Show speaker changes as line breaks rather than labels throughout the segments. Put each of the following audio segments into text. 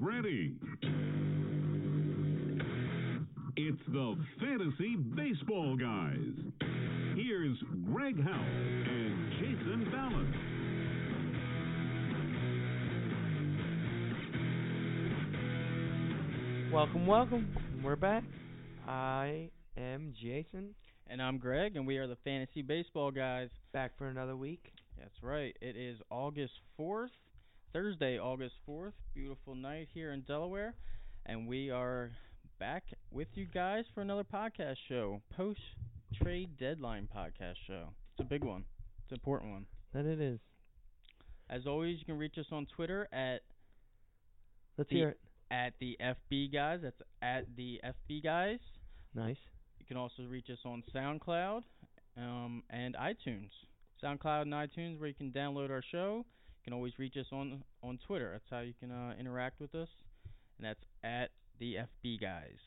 ready. It's the Fantasy Baseball Guys. Here's Greg Howe and Jason Ballas.
Welcome, welcome. We're back. I am Jason,
And I'm Greg, and we are the Fantasy Baseball Guys.
back for another week.
That's right. It is August 4th, Thursday, August 4th. Beautiful night here in Delaware. And we are back with you guys for another podcast show, post trade deadline podcast show. It's a big one, it's an important one.
That it is.
As always, you can reach us on Twitter at
Let's
The-
hear it.
at the FB guys. That's at the FB guys.
Nice.
You can also reach us on SoundCloud um, and iTunes. SoundCloud and iTunes, where you can download our show. You can always reach us on on Twitter. That's how you can uh, interact with us, and that's at the FB guys.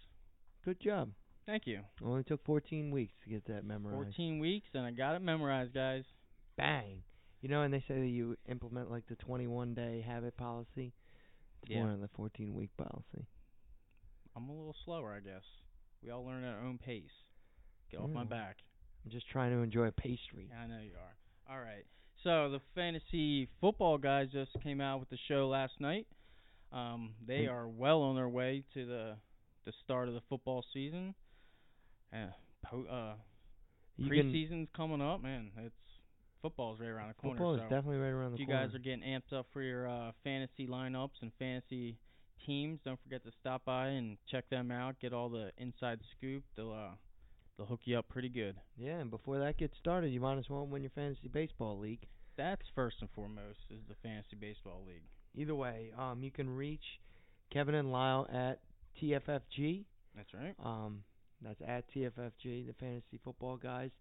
Good job.
Thank you.
Only took 14 weeks to get that memorized.
14 weeks, and I got it memorized, guys.
Bang. You know, and they say that you implement like the 21 day habit policy. It's
Yeah.
more than the 14 week policy.
I'm a little slower, I guess. We all learn at our own pace. Get off my
Yeah.
back.
I'm just trying to enjoy a pastry.
Yeah, I know you are. All right. So the fantasy football guys just came out with the show last night. Um, they
Mm.
are well on their way to the the start of the football season. Uh, po- uh,
You can-
preseason's coming up, man. It's football's right around the corner.
football is
so
definitely right around the
if you
corner.
guys are getting amped up for your uh, fantasy lineups and fantasy teams, don't forget to stop by and check them out. Get all the inside scoop. They'll uh, they'll hook you up pretty good.
yeah, and before that gets started, you might as well win your fantasy baseball league.
That's first and foremost is the fantasy baseball league.
Either way, um, you can reach Kevin and Lyle at TFFG.
That's right.
Um, that's at TFFG, the fantasy football guys.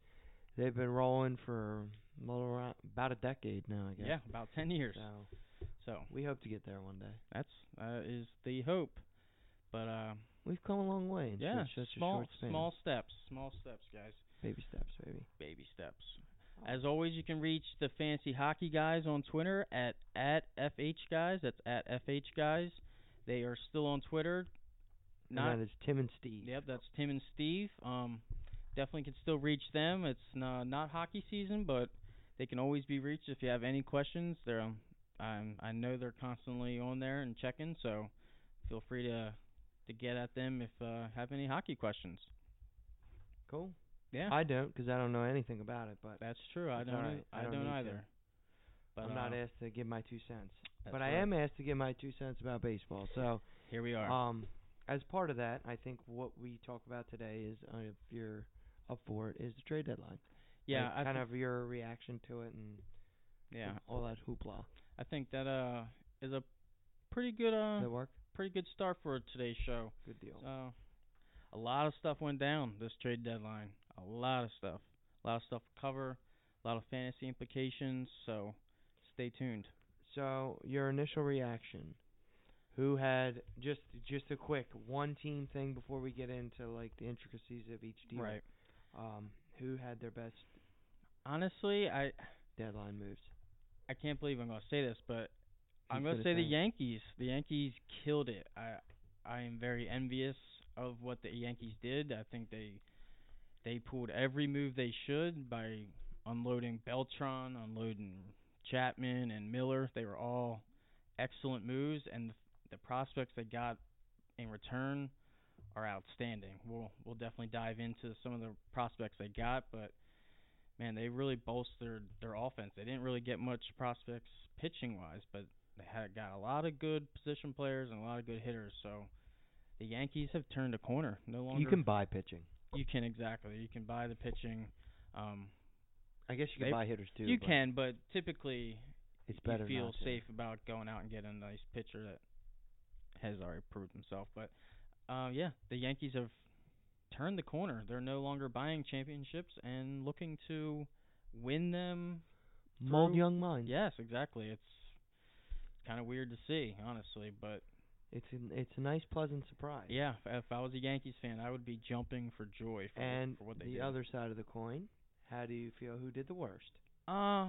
They've been rolling for a little around, about a decade now, I guess.
Yeah, about ten years.
So
So
we hope to get there one day.
that's uh, is the hope. But uh,
We've come a long way in
yeah,
such, such a
small
short span.
small steps, small steps, guys.
baby steps, baby.
Baby steps. As always, you can reach the fancy hockey guys on Twitter at at FH guys. That's at FH guys. They are still on Twitter. Not
and that is Tim and Steve.
Yep, that's Tim and Steve. Um, definitely can still reach them. It's not, not hockey season, but they can always be reached if you have any questions. They're um, I'm, I know they're constantly on there and checking, so feel free to to get at them if uh, have any hockey questions.
Cool.
Yeah,
I don't, because I don't know anything about it, but
that's true. I
It's
don't
all
ei-
right. I
I
don't
don't,
need to.
either. But
I'm not
uh,
asked to give my two cents.
that's
But I
right.
am asked to give my two cents about baseball. So,
Here we are.
um, as part of that, I think what we talk about today is, uh, if you're up for it, is the trade deadline.
yeah,
Like,
I
kind
thi-
of your reaction to it and
yeah.
all that hoopla.
I think that uh is a pretty good uh
Does that work?
pretty good start for today's show.
Good deal.
So, Uh, a lot of stuff went down this trade deadline. A lot of stuff. A lot of stuff to cover. A lot of fantasy implications. So, stay tuned.
So your initial reaction. Who had just just a quick one team thing before we get into like the intricacies of each deal. Um, who had their best
Honestly, I
deadline moves? I
I can't believe I'm gonna say this, but I'm
Who's
gonna
gonna
say the
say it?
Yankees. The Yankees killed it. I I am very envious of what the Yankees did. I think they they pulled every move they should by unloading Beltron, unloading Chapman and Miller. They were all excellent moves, and the, the prospects they got in return are outstanding. We'll we'll definitely dive into some of the prospects they got, but man, they really bolstered their offense. They didn't really get much prospects pitching wise, but they had got a lot of good position players and a lot of good hitters. So the Yankees have turned a corner. No longer
You can buy pitching.
you can exactly you can buy the pitching. Um,
I guess you can
They-
buy hitters too.
you
but
can, but typically
It's
you
better.
feel
not to.
safe about going out and getting a nice pitcher that has already proved himself. But uh, yeah, the Yankees have turned the corner. They're no longer buying championships and looking to win them.
Mold
through-
young minds.
Yes, exactly. It's kind of weird to see, honestly, but
It's an, it's a nice pleasant surprise.
yeah, if, if I was a Yankees fan, I would be jumping for joy for,
And
for what they
the
did.
other side of the coin, how do you feel? Who did the worst?
Uh,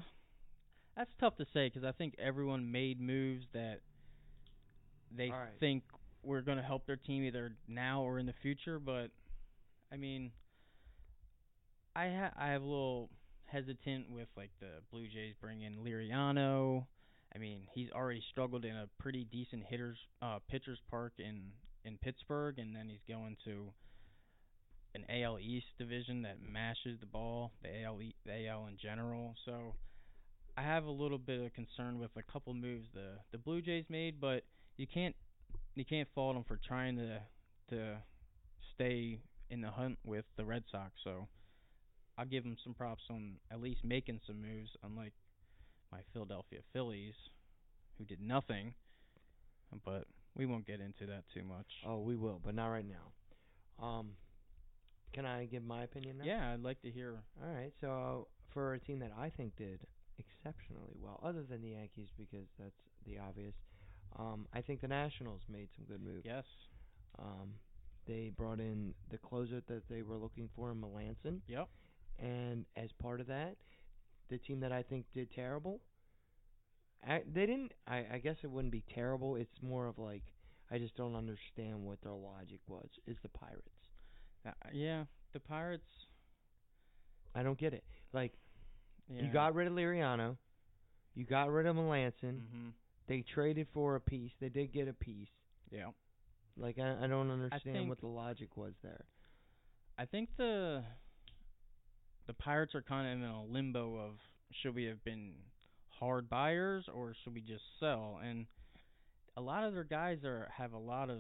that's tough to say because I think everyone made moves that they
All right.
think we're going to help their team either now or in the future. But I mean, I ha- I have a little hesitant with like the Blue Jays bringing Liriano. I mean, he's already struggled in a pretty decent hitters uh, pitchers park in in Pittsburgh, and then he's going to an AL East division that mashes the ball, the AL E- the AL in general. So I have a little bit of concern with a couple moves the the Blue Jays made, but you can't you can't fault them for trying to to stay in the hunt with the Red Sox. So I'll give them some props on at least making some moves, unlike my Philadelphia Phillies, who did nothing. But we won't get into that too much.
Oh, we will, but not right now. Um, can I give my opinion now?
Yeah, I'd like to hear.
All right. So uh, for a team that I think did exceptionally well, other than the Yankees, because that's the obvious. Um, I think the Nationals made some good moves.
Yes.
Um, they brought in the closer that they were looking for, Melanson,
Yep.
and as part of that, the team that I think did terrible. I, they didn't. I, I guess it wouldn't be terrible. It's more of like I just don't understand what their logic was. Is the Pirates?
Uh, yeah. The Pirates.
I don't get it. Like
Yeah.
you got rid of Liriano, you got rid of Melanson.
hmm
They traded for a piece. They did get a piece.
Yeah.
Like I, I don't understand
think-
what the logic was there.
I think the the Pirates are kind of in a limbo of should we have been hard buyers or should we just sell? And a lot of their guys are have a lot of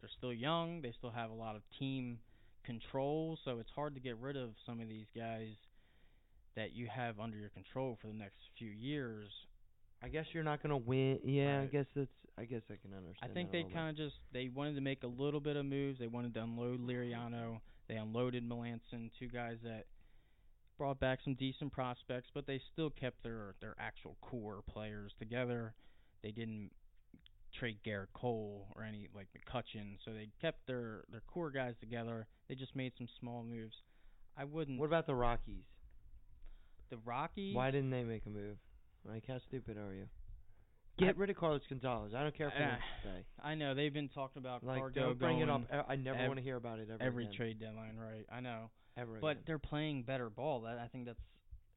they're still young, they still have a lot of team control, so it's hard to get rid of some of these guys that you have under your control for the next few years.
I guess you're not gonna win. Yeah, I
Right.
guess that's. I guess I can understand.
I think
that a
they
little bit.
kind of just they wanted to make a little bit of moves. They wanted to unload Liriano. They unloaded Melanson, two guys that brought back some decent prospects, but they still kept their their actual core players together. They didn't trade Garrett Cole or any like McCutcheon, so they kept their their core guys together. They just made some small moves. I wouldn't.
What about the Rockies?
the Rockies?
Why didn't they make a move? Like, how stupid are you? Get rid of Carlos Gonzalez. I don't care if you
Yeah.
say.
I know they've been talking about
Like,
Cargo
don't bring it up.
Ah, going
E- I never
ev-
want to hear about it ever
every
again.
trade deadline, right? I know,
Ever
but
again.
they're playing better ball. That I think that's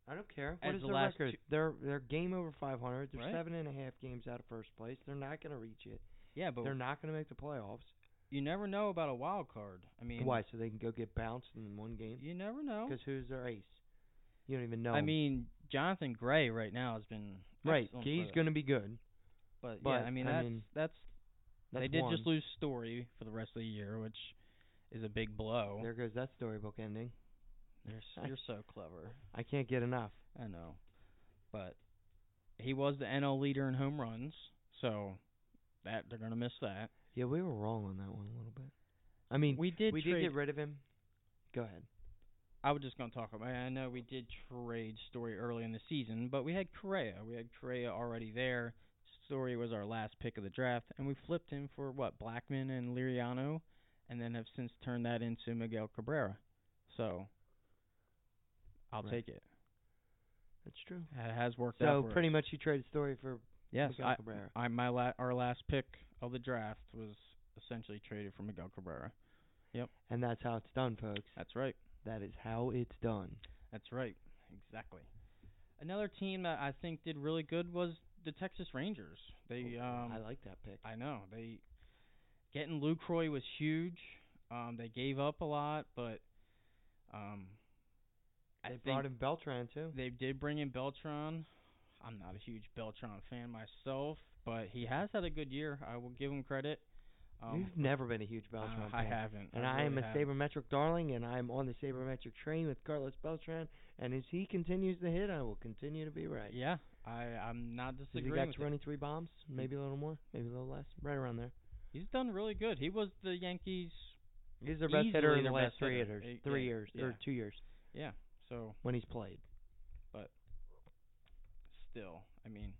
I don't care. What
as
is
the
their
last
record?
two-
they're they're game over 500. They're
Right.
seven and a half games out of first place. They're not going to reach it.
yeah, but
They're not going to make the playoffs.
you never know about a wild card. I mean,
Why? So they can go get bounced in one game?
You never know.
Because who's their ace? You don't even know.
I
him.
mean, Jonathan Gray right now has been
right?
excellent
He's
for them,
going to be good.
But,
but,
yeah, I mean
I
that's
mean,
that's,
That's
they did
one.
just lose Story for the rest of the year, which is a big blow.
There goes that storybook ending.
You're s- you're so clever.
I can't get enough.
I know, but he was the NL leader in home runs, so that they're gonna miss that.
Yeah, we were wrong on that one a little bit. I mean,
we did
we
trade.
did get rid of him. Go ahead.
I was just gonna talk about. I know we did trade Story early in the season, but we had Correa. We had Correa already there. Story was our last pick of the draft, and we flipped him for what Blackman and Liriano, and then have since turned that into Miguel Cabrera. So I'll
Right.
take it.
That's true.
It has worked out.
So
for us.
pretty much you traded story for
yes,
Miguel
I,
Cabrera.
I my la- our last pick of the draft was essentially traded for Miguel Cabrera.
and that's how it's done, folks.
That's right.
That is how it's done.
That's right. Exactly. Another team that I think did really good was the Texas Rangers. They um
Oh, I like that pick.
I know. They getting Lucroy was huge. Um they gave up a lot, but um I
They
think
brought in Beltran too.
they did bring in Beltron. I'm not a huge Beltron fan myself, but he has had a good year. I will give him credit. Um
You've never been a huge
uh,
Beltran
I
fan.
haven't.
And
I,
I, am
really
a
haven't.
sabermetric darling, and I am on the sabermetric train with Carlos Beltran. And as he continues to hit, I will continue to be right.
Yeah. I I'm not
Has he
disagreeing
got
with it.
23 bombs, maybe a little more, maybe a little less, right around there.
He's done really good. He was the Yankees
He's their best hitter
Easily
in the
their
last
best
three
hitter.
hitters,
Eh,
three
yeah,
years or
yeah.
two years
Yeah. So
when he's played.
still, I mean,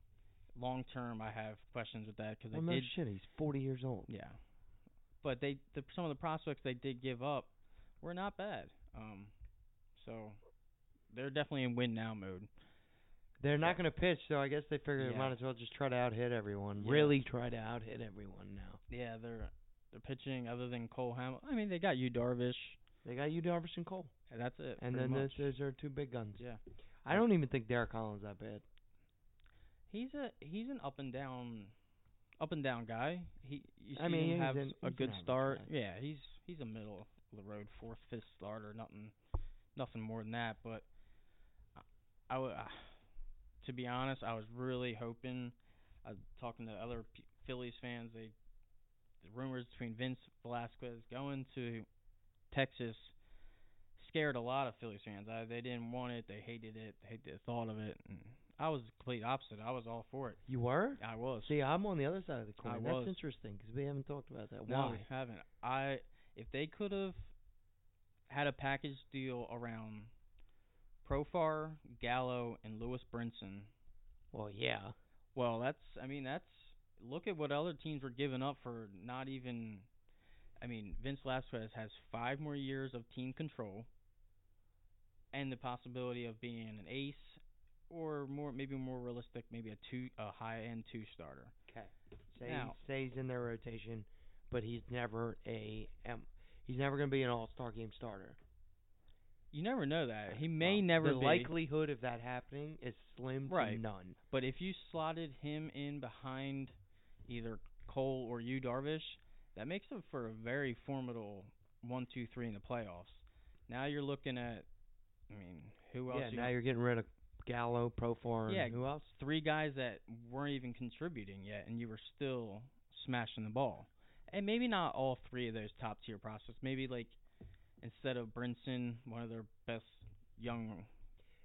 long term, I have questions with that because
Well,
they
no
did.
shit, he's 40 years old.
yeah. But they the, some of the prospects they did give up were not bad. Um, so they're definitely in win now mode.
They're not going to pitch, so I guess they figured they
Yeah.
might as well just try to out hit everyone.
Yeah.
Really try to out hit everyone now.
Yeah, they're they're pitching other than Cole Hamel. I mean, they got you Darvish.
They got you Darvish and Cole,
and That's it.
and
pretty
then
much.
those, those are two big guns.
yeah,
I don't even think Derek Collins that bad.
he's a he's an up and down, up and down guy. He you see
I mean,
him
he's
have
an-
a
he's
good
an average
start.
guy.
Yeah, he's he's a middle of the road fourth fifth starter. Nothing nothing more than that. But I, I w- ah, to be honest, I was really hoping. I was talking to other P- Phillies fans. They the rumors between Vince Velasquez going to Texas scared a lot of Phillies fans. I, they didn't want it. They hated it. They hated the thought of it. And I was the complete opposite. I was all for it.
You were?
I was.
See, I'm on the other side of the coin. That's
was.
interesting because we haven't talked about that.
no,
Why?
we haven't. I if they could have had a package deal around Profar, Gallo, and Lewis Brinson.
Well, yeah.
Well, that's I mean that's look at what other teams were giving up for not even. I mean Vince Velasquez has five more years of team control, and the possibility of being an ace, or more maybe more realistic, maybe a two a high end two starter.
Okay. Say,
Now-
say he's in their rotation, but he's never a um, he's never going to be an All Star game starter.
You never know that he may
Um,
never
The
be.
likelihood of that happening is slim to
Right.
none.
But if you slotted him in behind either Cole or you Darvish, that makes him for a very formidable one, two, three in the playoffs. Now you're looking at, I mean, who else?
yeah.
you
Now
got?
you're getting rid of Gallo, Profar, and
Yeah,
who else?
three guys that weren't even contributing yet, and you were still smashing the ball. And maybe not all three of those top tier prospects. Maybe like instead of Brinson, one of their best young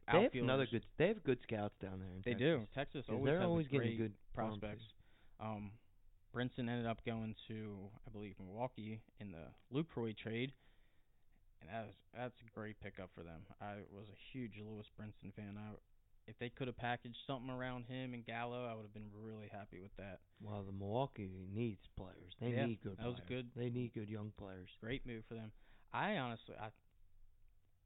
They
outfielders.
have another good. They have good scouts down there. In
They
Texas.
do. Texas
'Cause
always
They're
has a
always getting
great
good bump.
prospects. Um, Brinson ended up going to, I believe, Milwaukee in the Lucroy trade, and that was that's a great pickup for them. I was a huge Lewis Brinson fan. I, if they could have packaged something around him and Gallo, I would have been really happy with that.
Well, the Milwaukee needs players. They
Yeah,
need good.
that was
players.
good.
They need good young players.
Great move for them. I honestly, I,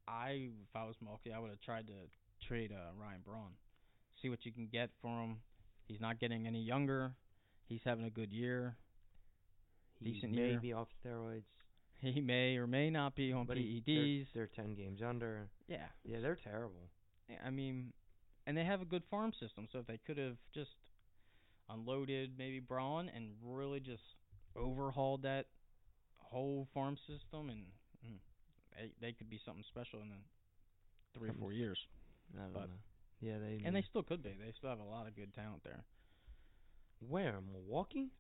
I if I was Milwaukee, I would have tried to trade uh, Ryan Braun, see what you can get for him. He's not getting any younger. He's having a good year.
He
Decent
may
year.
be off steroids,
He may or may not be on
but he-
PEDs.
they're- They're, ten games under.
yeah.
Yeah, they're terrible.
I- I mean, and they have a good farm system, so if they could have just unloaded maybe Braun and really just overhauled that whole farm system, and mm, they they could be something special in the three or
Something
four years.
I don't
But-
know. Yeah, they.
And they
need-
still could be. They still have a lot of good talent there.
where Milwaukee?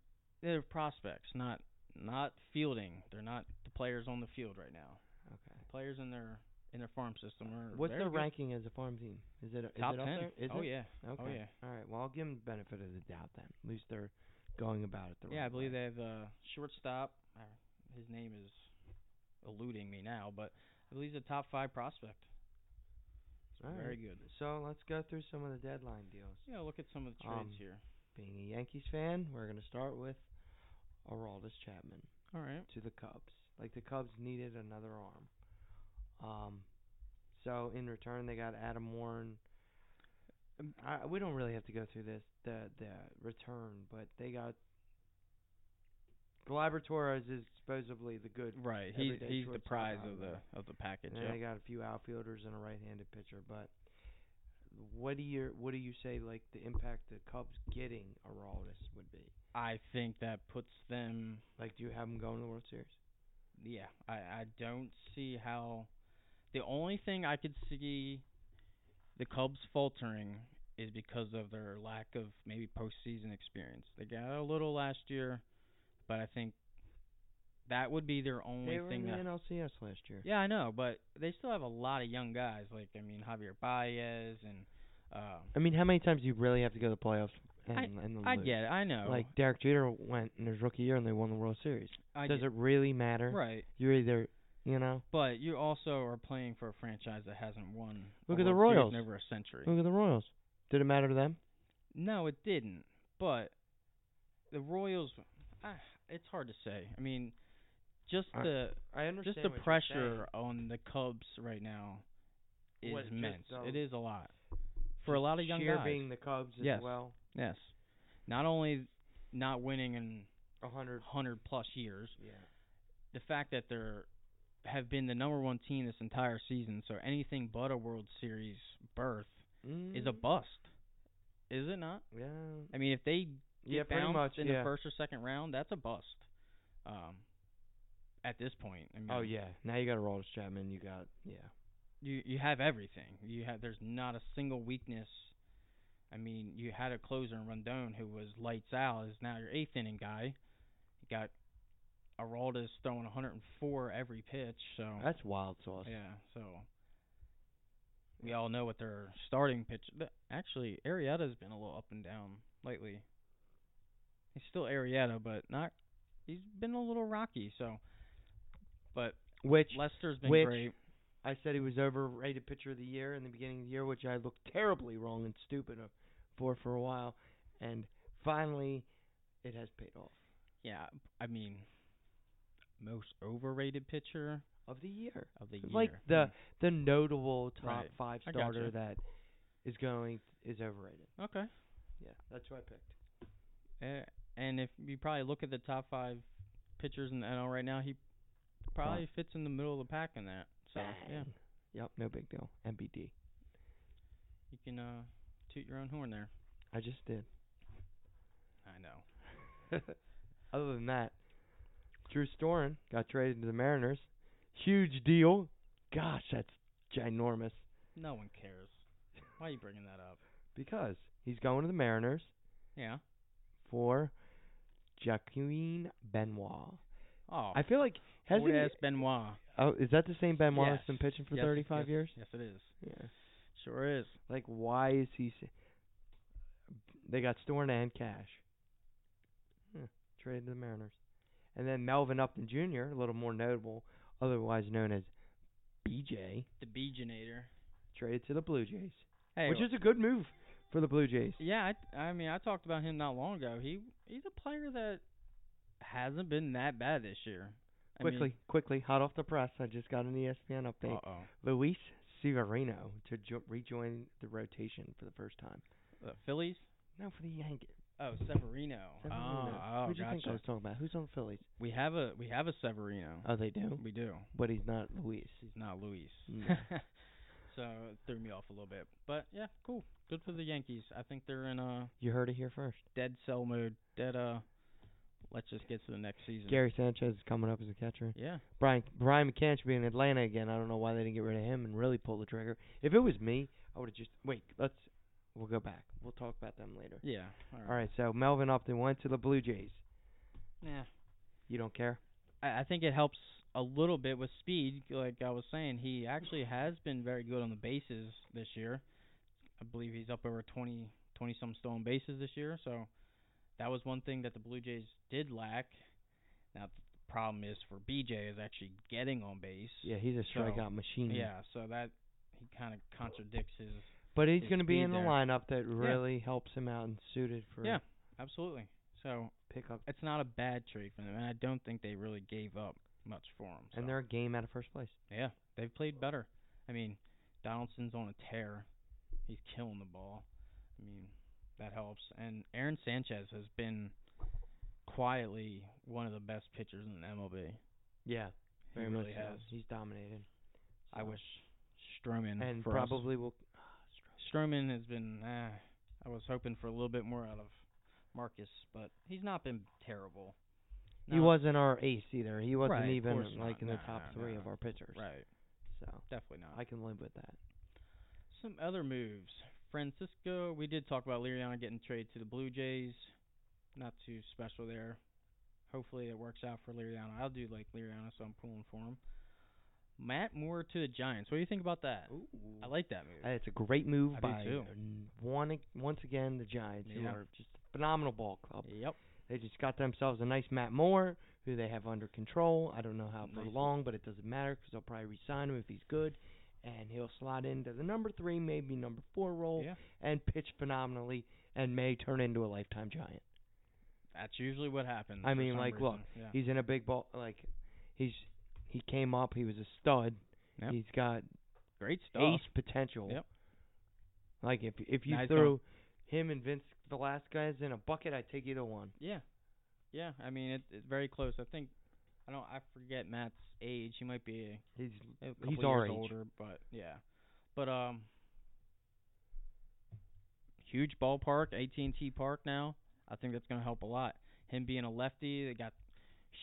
They're prospects, not not fielding. They're not the players on the field right now.
Okay.
The players in their in their farm system are
What's
very
their
good.
ranking as a farm team? Is it is
Top
it up
ten.
there? Is
oh
it?
yeah.
Okay.
Oh yeah.
All right. Well, I'll give them the benefit of the doubt then. At least they're going about it the right
Yeah, I believe
way.
they have a shortstop. Uh, His name is eluding me now, but I believe he's a top five prospect. So
All
very
right.
good.
So let's go through some of the deadline deals.
Yeah, look at some of the trades
Um,
here.
Being a Yankees fan, we're going to start with Araldis Chapman
All right.
to the Cubs. Like the Cubs needed another arm. Um, so in return they got Adam Warren. Um, I, we don't really have to go through this the the return, but they got Gleyber Torres is supposedly the good
Right.
He's-
He's
everyday he's
he's
the
the
shortstop
prize
prize out of
of
there.
the of the package.
And then they got a few outfielders and a right-handed pitcher. But what do you what do you say like the impact the Cubs getting Araldis would be?
I think that puts them
Like, do you have them going to the World Series?
yeah, I, I don't see how. The only thing I could see the Cubs faltering is because of their lack of maybe postseason experience. They got a little last year, but I think that would be their only
They were in
thing
the
that.
NLCS last year.
Yeah, I know, but they still have a lot of young guys. Like I mean, Javier Baez and.
I
Uh,
mean, how many times do you really have to go to the playoffs and, and
I
lose?
get it. I know.
Like Derek Jeter went in his rookie year and they won the World Series.
I
Does
get,
it really matter?
right?
You're either, you know,
But you also are playing for a franchise that hasn't won. a
Look at the
World Series
Royals.
in over a century.
look at the Royals. Did it matter to them?
No, it didn't. But the Royals, ah, it's hard to say. I mean, just
I-
the
I understand.
just the pressure on the Cubs right now is
What, just
immense.
the-
It is a lot. for a lot of young
Sheer
guys.
being the Cubs as
Yes.
well.
yes, not only not winning in
A hundred.
hundred plus years,
Yeah.
the fact that they're have been the number one team this entire season, so anything but a World Series berth is a
Mm,
bust, is it not?
Yeah.
I mean, if they get
Yeah, pretty
bounced
much.
in
yeah.
the first or second round, that's a bust. Um, at this point, I mean,
Oh yeah. Now you got a Rollins Chapman. You got yeah.
you you have everything. You have there's not a single weakness. I mean, you had a closer in Rondon who was lights out. Is now your eighth inning guy. You got Araldis throwing 104 every pitch. So
That's wild sauce.
Oh. yeah, so we all know what their starting pitch. th- Actually, Arrieta's been a little up and down lately. He's still Arrieta, but not. He's been a little rocky. So, but
Which
Lester's been
which-
great.
I said he was overrated pitcher of the year in the beginning of the year, which I looked terribly wrong and stupid of- for for a while, and finally, it has paid off
Yeah, I mean, most overrated pitcher
of the year.
of the year. Hmm.
It's Like the the notable top
Right.
five
I
starter
gotcha.
that is going is overrated.
Hmm. okay.
Yeah, that's who I picked.
Uh, and if you probably look at the top five pitchers in the NL right now, he probably fits in the middle of the pack in that. So yeah,
Bang. Yep, no big deal. MBD.
you can uh, toot your own horn there.
I just did.
I know.
Other than that, Drew Storen got traded to the Mariners. Huge deal. Gosh, that's ginormous.
No one cares. Why are you bringing that up?
Because he's going to the Mariners
Yeah.
for Jacqueline Benoit.
Oh.
I feel like has
old
he?
ass Benoit.
Oh, is that the same Benoit that's
Yes.
been pitching for
Yes,
35
yes,
years?
Yes, it is.
Yeah.
Sure is.
Like, why is he? s They got Storn and Cash. Huh, traded to the Mariners, and then Melvin Upton Jr., a little more notable, otherwise known as BJ,
The Beeginator.
traded to the Blue Jays,
Hey,
which is a good move for the Blue Jays.
Yeah, I, t- I mean, I talked about him not long ago. He he's a player that hasn't been that bad this year. I
quickly, quickly, hot off the press. I just got an E ESPN
Mean,
update.
uh
Luis Severino to jo- rejoin the rotation for the first time.
oh, the Phillies.
No, for the Yankees.
Oh, Severino.
Severino.
Oh, oh
Who do you think I
gotcha.
was talking about? Who's on the Phillies?
We have a we have a Severino.
Oh, they do,
We do.
but he's not Luis.
He's not Luis.
No.
so it threw me off a little bit. But yeah, cool. Good for the Yankees. I think they're in a
You heard it here first.
dead cell mode. Dead uh let's just get to the next season.
Gary Sanchez is coming up as a catcher.
Yeah.
Brian Brian McCann should be in Atlanta again. I don't know why they didn't get rid of him and really pull the trigger. If it was me, I would have just wait. Let's we'll go back. We'll talk about them later.
Yeah. All
All right. So Melvin Upton went to the Blue Jays.
Yeah.
You don't care.
I, I think it helps a little bit with speed. Like I was saying, he actually has been very good on the bases this year. I believe he's up over 20, 20 some stolen bases this year. So that was one thing that the Blue Jays did lack. Now the problem is for BJ is actually getting on base.
Yeah, Mm-hmm. he's a
So,
strikeout machine.
Yeah. So that he kind of contradicts his.
But he's
His
going to be
speed
in the
there.
lineup that really helps him out and suited for
Yeah, absolutely. So
pickup.
it's not a bad trade for them, and I don't think they really gave up much for him.
And they're a game out of first place.
Yeah, they've played better. I mean, Donaldson's on a tear. He's killing the ball. I mean, that helps. And Aaron Sanchez has been quietly one of the best pitchers in the MLB.
Yeah,
He
very
really
much so.
has.
He's dominated.
I
So-
wish Stroman
and
for us.
probably will.
Stroman has been. Uh, I was hoping for a little bit more out of Marcus, but he's not been terrible.
He
Not-
wasn't our ace either. He wasn't
Right, of
even
course
like
not.
in the
No,
top
no,
three of
no.
our pitchers.
right.
So
Definitely not.
I can live with that.
Some other moves. Francisco, we did talk about Liriano getting traded to the Blue Jays. Not too special there. Hopefully it works out for Liriano. I do like Liriano, so I'm pulling for him. Matt Moore to the Giants. What do you think about that? I like that move.
Uh, It's a great move
I do
by
too.
n- one ag- once again the Giants, who
Yeah.
are just a phenomenal ball club.
yep.
They just got themselves a nice Matt Moore, who they have under control. I don't know how for
Nice.
long, but it doesn't matter because they'll probably re-sign him if he's good, and he'll slot into the number three, maybe number four role,
Yeah.
and pitch phenomenally, and may turn into a lifetime Giant.
That's usually what happens.
I
for
mean,
some
like,
reason.
look,
Yeah.
He's in a big ball. Like he's he came up. He was a stud.
Yep.
He's got
Great stuff.
ace potential.
Yep.
Like if if you
Nice going.
threw him and Vince Velasquez in a bucket, I'd take either one.
Yeah, yeah. I mean, it, it's very close. I think I don't. I forget Matt's age. He might be
He's
a couple
He's
years
our age.
older, but yeah. But um, huge ballpark, AT&T Park now. I think that's gonna help a lot. Him being a lefty, they got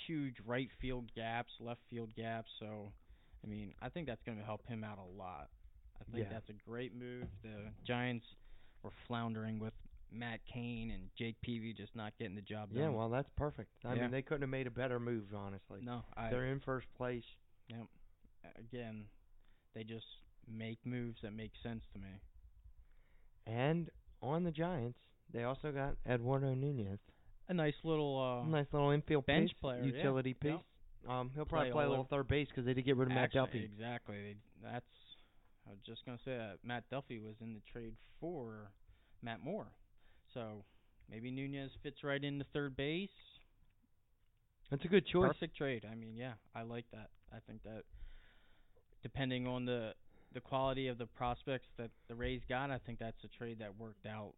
huge right field gaps, left field gaps. So, I mean, I think that's gonna help him out a lot. I think
Yeah.
that's a great move. The Giants were floundering with Matt Cain and Jake Peavy just not getting the job done.
yeah. Well, that's perfect. I
Yeah.
mean, they couldn't have made a better move, honestly.
no, I
They're in first place.
again, they just make moves that make sense to me.
And on the Giants, they also got Eduardo Nunez,
A nice little uh,
nice little infield
bench
piece,
player, yeah.
utility
Yep.
piece. Um, he'll probably
Play
play a
all
little
over.
third base because they did get rid of Matt
Actually,
Duffy.
Exactly. They- That's. I was just gonna say that Matt Duffy was in the trade for Matt Moore, so maybe Nunez fits right into third base.
That's a good choice.
Perfect trade. I mean, yeah, I like that. I think that depending on the the quality of the prospects that the Rays got, I think that's a trade that worked out.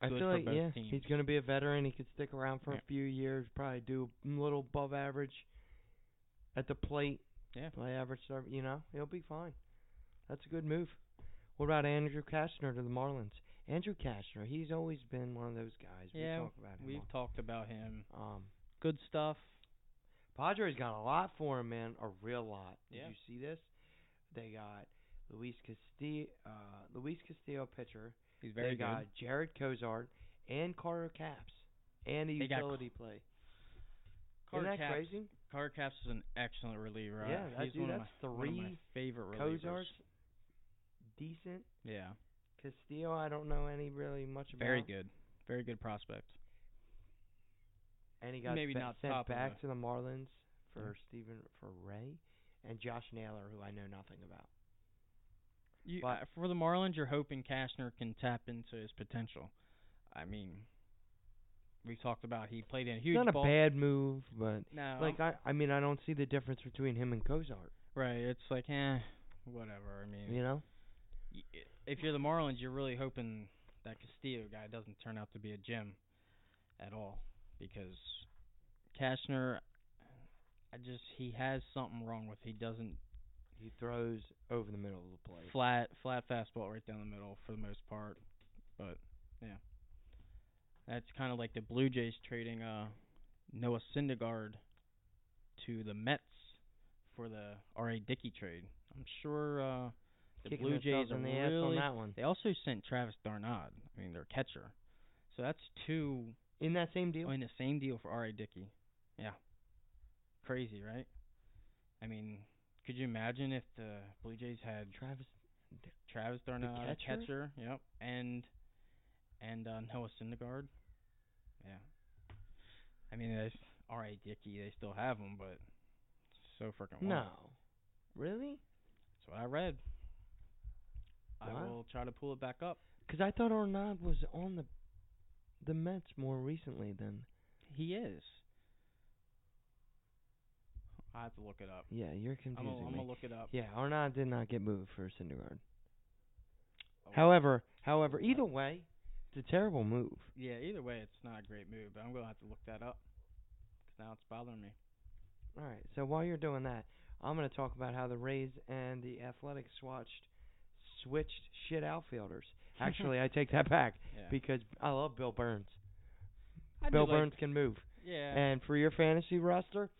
I
good
feel
for
like
both
yeah,
teams.
he's going to be a veteran. He could stick around for
Yeah.
a few years, probably do a little above average at the plate,
Yeah.
play average. serv- You know, he'll be fine. That's a good move. What about Andrew Kashner to the Marlins? Andrew Kashner, he's always been one of those guys.
Yeah,
we talk about him.
We've talked about him.
a lot. um,
Good stuff.
Padres got a lot for him, man, a real lot. Did
Yeah.
you see this? They got Luis Castillo, uh, Luis Castillo pitcher.
He's
they
very good.
got Jared Kozart and Carter Caps and a
They got
utility play.
Card
Isn't that
caps.
crazy?
Card caps is an excellent reliever. I-
Yeah, that
he's
dude,
one of
that's
my one of my
three
favorite relievers.
Kozart's decent.
Yeah.
Castillo, I don't know any really much about.
Very good. Very good prospect.
And he got
Maybe
spe-
not
sent
top of
back
the-
to the Marlins for
Mm.
Stephen for Ray and Josh Naylor, who I know nothing about.
You,
But-
uh, for the Marlins, you're hoping Kashner can tap into his potential. I mean, we've talked about he played in a huge
Not a
ball.
bad move, but
no,
like I, I mean, I don't see the difference between him and Kozart.
right. It's like, eh, whatever. I mean,
You know,
y- i- if you're the Marlins, you're really hoping that Castillo guy doesn't turn out to be a gem at all because Kashner, I just he has something wrong with he doesn't
he throws over the middle of the plate.
flat flat fastball right down the middle for the most part, but yeah, that's kind of like the Blue Jays trading uh Noah Syndergaard to the Mets for the R A Dickey trade. I'm sure uh the
Kicking
Blue
themselves
Jays are
in the ass on
really
that one.
they also sent Travis Darnod, I mean their catcher. So that's two
In that same deal.
in the same deal for R.A. Dickey. Yeah. Crazy, right? I mean, could you imagine if the Blue Jays had
Travis
Travis Darnod, a
catcher?
catcher, yep, and and uh, Noah Syndergaard? Yeah. I mean, there's R.A. Dickey, they still have him, but it's so freaking
No.
wild.
Really?
That's what I read. I
Wow.
will try to pull it back up.
Because I thought Arnaud was on the the Mets more recently than.
He is. I have to look it up.
Yeah, you're
I'm
confusing
gonna I'm
me.
gonna look it up.
yeah, Arnaud did not get moved for Syndergaard.
Oh,
However, however, either way, it's a terrible move.
Yeah, either way, it's not a great move, but I'm gonna have to look that up 'cause now it's bothering me.
All right. So while you're doing that, I'm going to talk about how the Rays and the Athletics watched switched shit outfielders. Actually, I take that back
Yeah.
because I love Bill Burns.
I'd be
Bill
like-
Burns can move.
yeah.
And for your fantasy roster,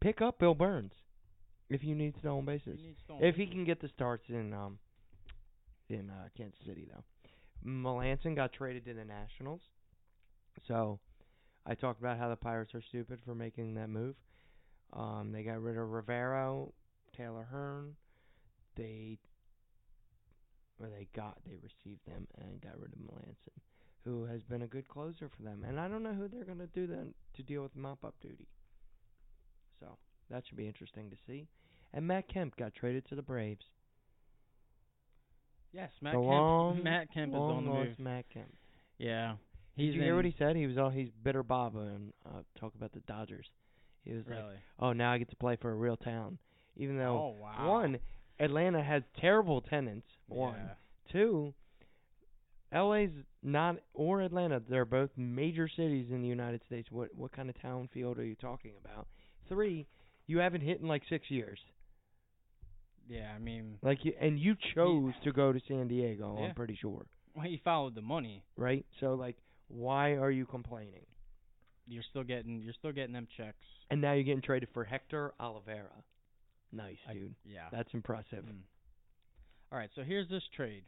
pick up Bill Burns if you need stolen
you
bases.
need stolen
If he
bases.
can get the starts in um in uh, Kansas City though. Melanson got traded to the Nationals. So I talked about how the Pirates are stupid for making that move. Um they got rid of Rivero, Taylor Hearn. They or they got they received them and got rid of Melanson, who has been a good closer for them. And I don't know who they're gonna do then to deal with mop up duty. So that should be interesting to see. And Matt Kemp got traded to the Braves.
yes, Matt
the
Kemp.
long,
Matt Kemp is
long
on the
lost
move.
Matt Kemp.
Yeah.
Did
He's
you hear what
in-
he said? He was all he's bitter Baba and uh, talk about the Dodgers. He was like,
really.
"Oh, now I get to play for a real town." Even though
oh wow.
one, Atlanta has terrible tenants. One,
Yeah.
Two, LA's not or Atlanta. They're both major cities in the United States. What what kind of town field are you talking about? Three, you haven't hit in like six years.
Yeah, I mean,
Like you and you chose to go to San Diego.
Yeah.
I'm pretty sure,
well, he followed the money.
right? So like, why are you complaining?
You're still getting you're still getting them checks.
And now you're getting traded for Hector Oliveira. Nice,
I-
dude.
Yeah.
That's impressive.
Mm. All right, so here's this trade.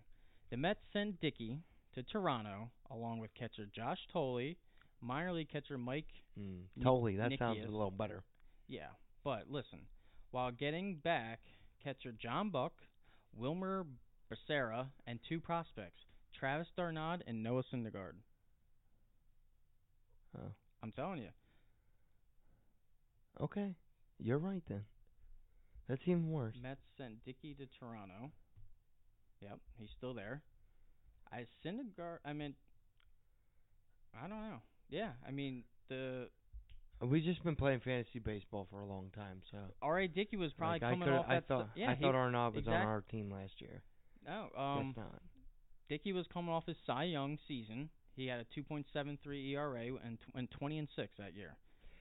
The Mets send Dickey to Toronto along with catcher Josh Tolley, minor league catcher Mike.
Mm.
Ni-
Totally. That sounds
Nickius.
a little better.
Yeah, but listen, while getting back catcher John Buck, Wilmer Becerra, and two prospects, Travis Darnod and Noah Syndergaard.
Oh.
I'm telling you,
Okay. You're right then. That's even worse.
Mets sent Dickey to Toronto. Yep, he's still there. I Syndergaard. I mean, I don't know. Yeah, I mean the
We've just been playing fantasy baseball for a long time, so
R.A. Dickey was probably
like, I
coming
coulda-
off
I
that.
thought
se- yeah,
I
he,
thought Arnaud was on
exact-
our team last year.
no, um,
Guess not.
Dickey was coming off his Cy Young season. He had a 2.73 ERA E and tw- and 20 and 6 that year.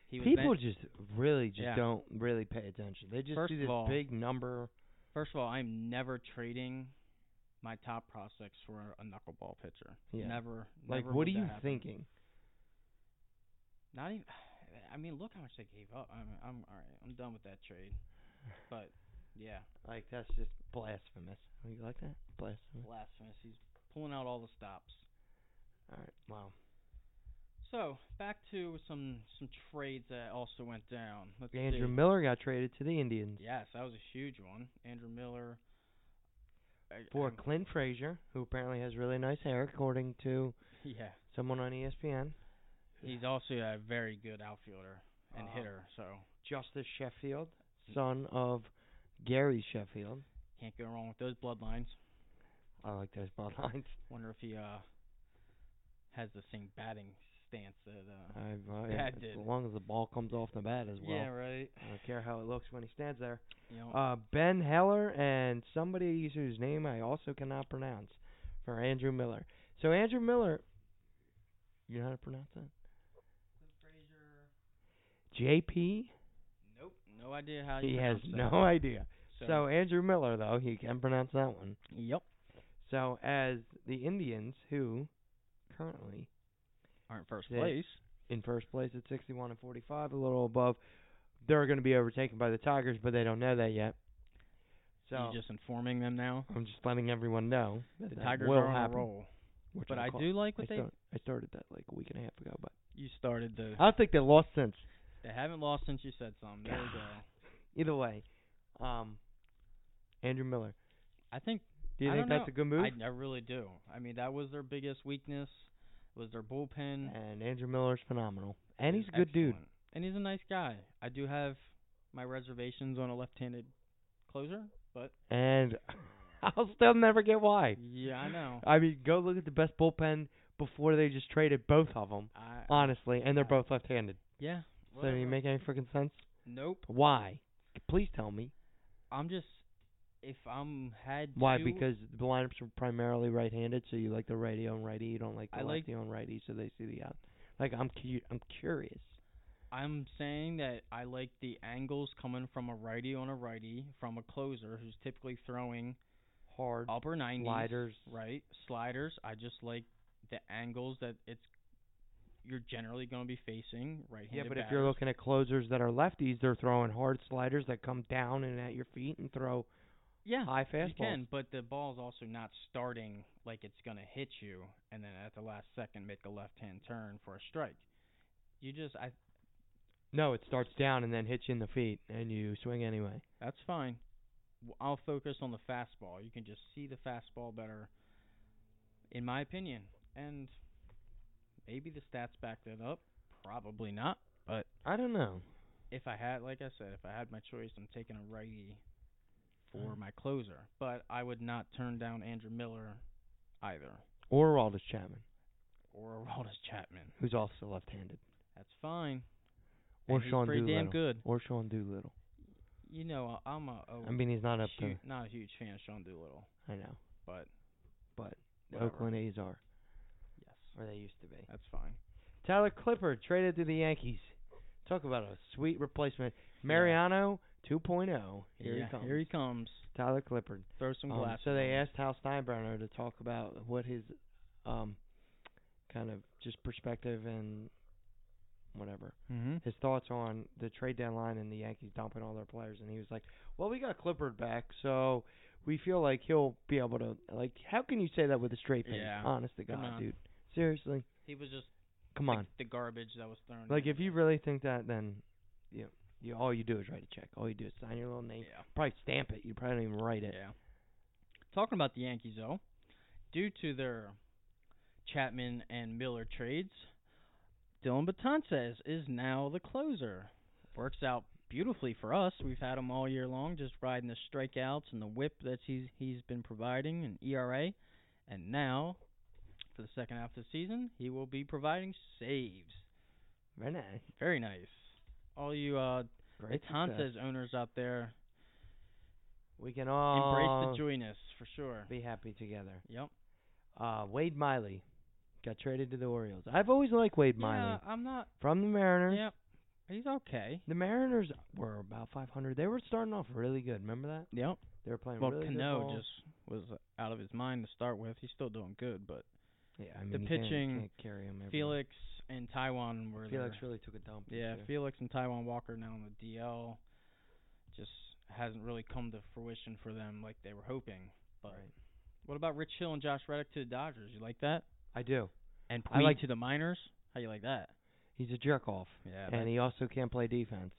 He was then-
People just really just
Yeah.
don't really pay attention. They just
First
do
of
this
all-
big number.
first of all, I'm never trading my top prospects for a knuckleball pitcher.
Yeah.
Never.
Like,
never
what
would
are
that
you
happen.
thinking?
Not even. I mean, look how much they gave up. I'm, I'm all right. I'm done with that trade. But yeah,
Like, that's just blasphemous. Oh, You like that? Blasphemous.
blasphemous. He's pulling out all the stops.
All right. Wow.
So back to some some trades that also went down. Let's
Andrew
see.
Miller got traded to the Indians
Yes, that was a huge one. Andrew Miller. I-
for
I'm-
Clint Frazier, who apparently has really nice hair, according to
yeah,
someone on E ESPN.
he's also a very good outfielder and
Uh,
hitter. So
Justice Sheffield, son of Gary Sheffield.
can't go wrong with those bloodlines.
I like those bloodlines.
Wonder if he uh has the same batting stance that
I,
uh.
I,
Yeah, I
as
did.
long as the ball comes off the bat as well.
Yeah, right.
I don't care how it looks when he stands there.
You know,
Uh, ben Heller and somebody whose name I also cannot pronounce for Andrew Miller. So Andrew Miller, you know how to pronounce that? JP.
nope, no idea how you
He has
pronounce that.
no idea.
So,
So Andrew Miller, though, he can pronounce that one.
yep,
So as the Indians, who currently
aren't first
Yeah.
place.
in first place at 61 and 45, a little above. They're going to be overtaken by the Tigers, but they don't know that yet. So
You're just informing them now.
I'm just letting everyone know that
The
that
Tigers
will
are on
happen.
a roll,
which
but I
call-
do like what
I
they.
start- I started that like a week and a half ago, but
You started the.
I don't think they lost since.
They haven't lost since you said something. There you
Ah.
go.
Either way, um, Andrew Miller.
I think
Do you
I
think
don't
that's
know.
a good move?
I, I really do. I mean, that was their biggest weakness was their bullpen.
and Andrew Miller's phenomenal, and he's
is
a good dude.
excellent. And he's a nice guy. I do have my reservations on a left-handed closer, but
And I'll still never get why.
yeah, I know.
I mean, go look at the best bullpen before they just traded both of them.
I
Honestly, and they're
Yeah.
both left-handed. uh, So
yeah.
do you
whatever.
make any freaking sense?
nope.
Why? Please tell me.
I'm just if I'm had
Why?
to-
Because the lineups are primarily right-handed, so you like the righty on righty. You don't like the
I like-
lefty on righty, so they see the out. Like I'm, cu- I'm curious.
I'm saying that I like the angles coming from a righty on a righty from a closer who's typically throwing
Hard
upper 90s.
sliders.
right? Sliders. I just like the angles that it's you're generally going to be facing right-handed.
Yeah, but if
batters.
you're looking at closers that are lefties, they're throwing hard sliders that come down and at your feet and throw
yeah,
high
you
fastballs.
can, but the ball's also not starting like it's going to hit you, and then at the last second make a left-hand turn for a strike. You just, I.
No, it starts down and then hits you in the feet, and you swing anyway.
That's fine. W- I'll focus on the fastball. You can just see the fastball better, in my opinion. And maybe the stats back that up. Probably not, but
I don't know.
if I had, like I said, if I had my choice, I'm taking a righty for
Mm.
my closer. But I would not turn down Andrew Miller either,
Or Aldis Chapman,
or Aroldis Chapman.
who's also left-handed,
That's fine.
Or
and he's
Sean
pretty damn
Doolittle.
good.
or Sean Doolittle.
You know, I'm a, a
I mean, he's not up
hu-
there.
not a huge fan of Sean Doolittle,
I know.
but
but the
Whatever.
Oakland A's are,
Yes.
or they used to be.
That's fine.
Tyler Clipper traded to the Yankees. Talk about a sweet replacement. Mariano 2.0. Here
yeah,
he comes.
Here he comes.
Tyler Clipper.
Throw some
Um,
glass.
so they asked Hal Steinbrenner to talk about what his um kind of just perspective and whatever
Mm-hmm.
his thoughts on the trade deadline and the Yankees dumping all their players, and he was like, "Well, we got Clippard back, so we feel like he'll be able to like. How can you say that with a straight face?
Yeah.
Honest to
Come
God,
on.
dude. Seriously,
He was just
come
like
on.
the garbage that was thrown.
Like
in.
if you really think that, then you, you all you do is write a check. All you do is sign your little name.
yeah.
Probably stamp it. You probably don't even write it.
Yeah. Talking about the Yankees, though, due to their Chapman and Miller trades, Dylan Betances is now the closer. Works out beautifully for us. We've had him all year long, just riding the strikeouts and the whip that he's he's been providing and ERA, and now for the second half of the season, he will be providing saves.
Very nice.
Very nice. All you uh,
Great. success.
Betances owners out there,
We can
embrace
all
the joyness for sure.
be happy together.
Yep.
Uh, Wade Miley got traded to the Orioles. I've always liked Wade Miley
Yeah, I'm not.
from the Mariners.
Yep. He's okay.
The Mariners were about 500. They were starting off really good. Remember that?
Yep.
They were playing
Well,
really good
Cano
ball.
just was out of his mind to start with. He's still doing good, but
yeah, I mean,
the
you can't- you
pitching,
can't carry him. everywhere.
Felix and Taiwan were
Felix
their-
really took a dump. this
yeah,
year.
Felix and Taiwan Walker now on the DL. Just hasn't really come to fruition for them like they were hoping. But
Right.
what about Rich Hill and Josh Reddick to the Dodgers? You like that?
I do.
And
I
Puig
like-
to the minors? How you like that?
He's a jerk off,
Yeah.
and he also can't play defense.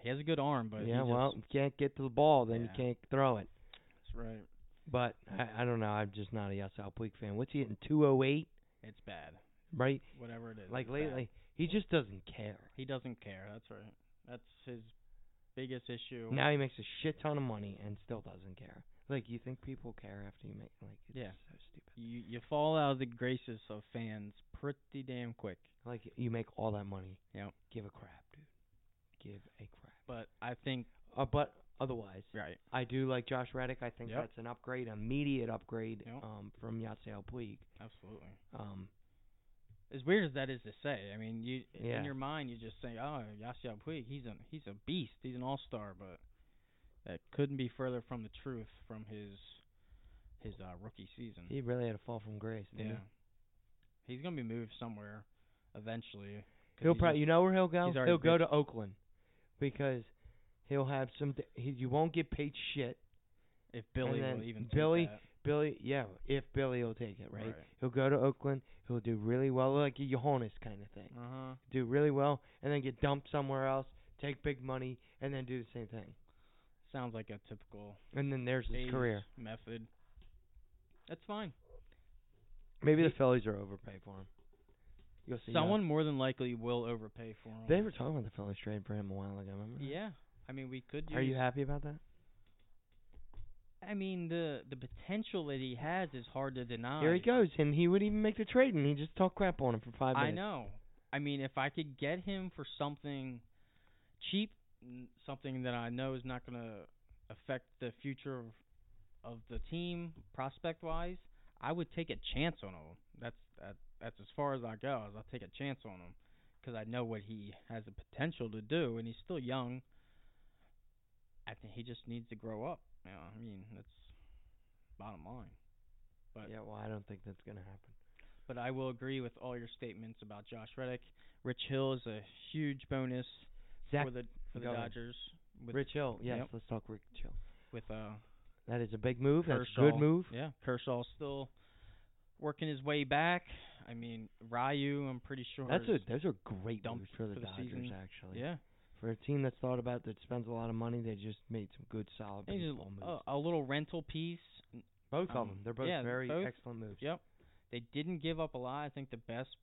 he has a good arm, but he
yeah,
just-
well, you can't get to the ball, then
Yeah.
you can't throw it.
that's right.
But I, I don't know. I'm just not a Yasiel Puig fan. What's he hitting? 208,
It's bad.
right?
Whatever it is.
Like
it's bad.
lately, he just doesn't care.
He doesn't care. That's right. That's his biggest issue.
Now he makes a shit ton of money and still doesn't care. Like you think people care after you make like it's
Yeah.
so stupid.
You you fall out of the graces of fans pretty damn quick.
Like you make all that money.
Yep.
Give a crap, dude. Give a crap.
But I think
Uh, but otherwise,
right.
I do like Josh Reddick. I think
Yep.
that's an upgrade, immediate upgrade
Yep.
um, from Yasiel Puig.
Absolutely.
Um,
As weird as that is to say, I mean, you
Yeah.
in your mind you just say, "Oh, Yasiel Puig, he's an he's a beast. He's an all-star," but that couldn't be further from the truth from his his uh, rookie season.
he really had a fall from grace. Didn't
yeah. He's going to be moved somewhere eventually. 'cause
he? He'll
he's
probably, you know where he'll go.
he's already
He'll go
big.
to Oakland because he'll have some. d he, you won't get paid shit.
just- if
and
Billy will
then
even take
Billy-
that.
Billy, yeah, if Billy will take it, right?
right.
He'll go to Oakland. He'll do really well, like a Yohannes kind of thing.
Uh-huh.
Do really well, and then get dumped somewhere else, take big money, and then do the same thing.
Sounds like a typical
And then there's his
A's
career.
method. That's fine.
Maybe the Phillies are overpaid for him. You'll see.
Someone more than likely will overpay for him.
They were talking about the Phillies trade for him a while ago. Remember? that?
yeah. I mean, we could. Use,
Are you happy about that?
I mean, the the potential that he has is hard to deny.
Here he goes, and he would even make the trade, and he just talked crap on him for five minutes.
I know. I mean, if I could get him for something cheap, n- something that I know is not going to affect the future of of the team prospect wise, I would take a chance on him. That's that, that's as far as I go. Is I'll take a chance on him because I know what he has the potential to do, and he's still young. I think he just needs to grow up. You know, I mean, that's bottom line. but-
Yeah, well, I don't think that's gonna happen.
but I will agree with all your statements about Josh Reddick. Rich Hill is a huge bonus
Zach
for the for the
go ahead.
Dodgers with
Rich Hill, yes,
Yep.
let's talk Rich Hill.
with uh
That is a big move. That's a
Kershaw.
good move.
Yeah, Kershaw still working his way back. I mean Ryu, I'm pretty sure.
That's a
is-
those are great
dump
moves for the,
for the
Dodgers
season.
actually.
yeah.
For a team that's thought about that spends a lot of money, they just made some good solid
And he's
baseball moves.
a, a, a little rental piece.
both of
oh, um,
them, they're both
yeah,
very
both.
excellent moves.
Yep. They didn't give up a lot. I think the best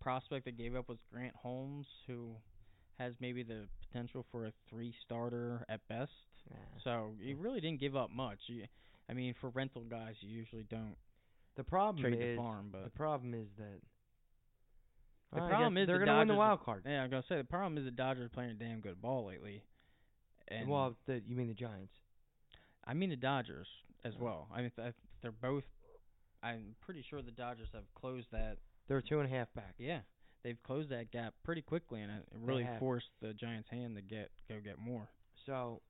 prospect they gave up was Grant Holmes, who has maybe the potential for a three starter at best.
Nah.
So you really didn't give up much. You, I mean, for rental guys, you usually don't
the problem
trade the
is
farm,
the
but
problem is that
The
Well, I
problem
guess
is
they're
the
gonna win the
Dodgers-
wild card.
yeah, I'm gonna say the problem is the Dodgers are playing damn good ball lately. And
well, the, you mean the Giants?
I mean the Dodgers as
Yeah.
well. I mean, th- they're both I'm pretty sure the Dodgers have closed that.
They're two and a half back.
Yeah, they've closed that gap pretty quickly, and it it really
have.
forced the Giants' hand to get go get more.
So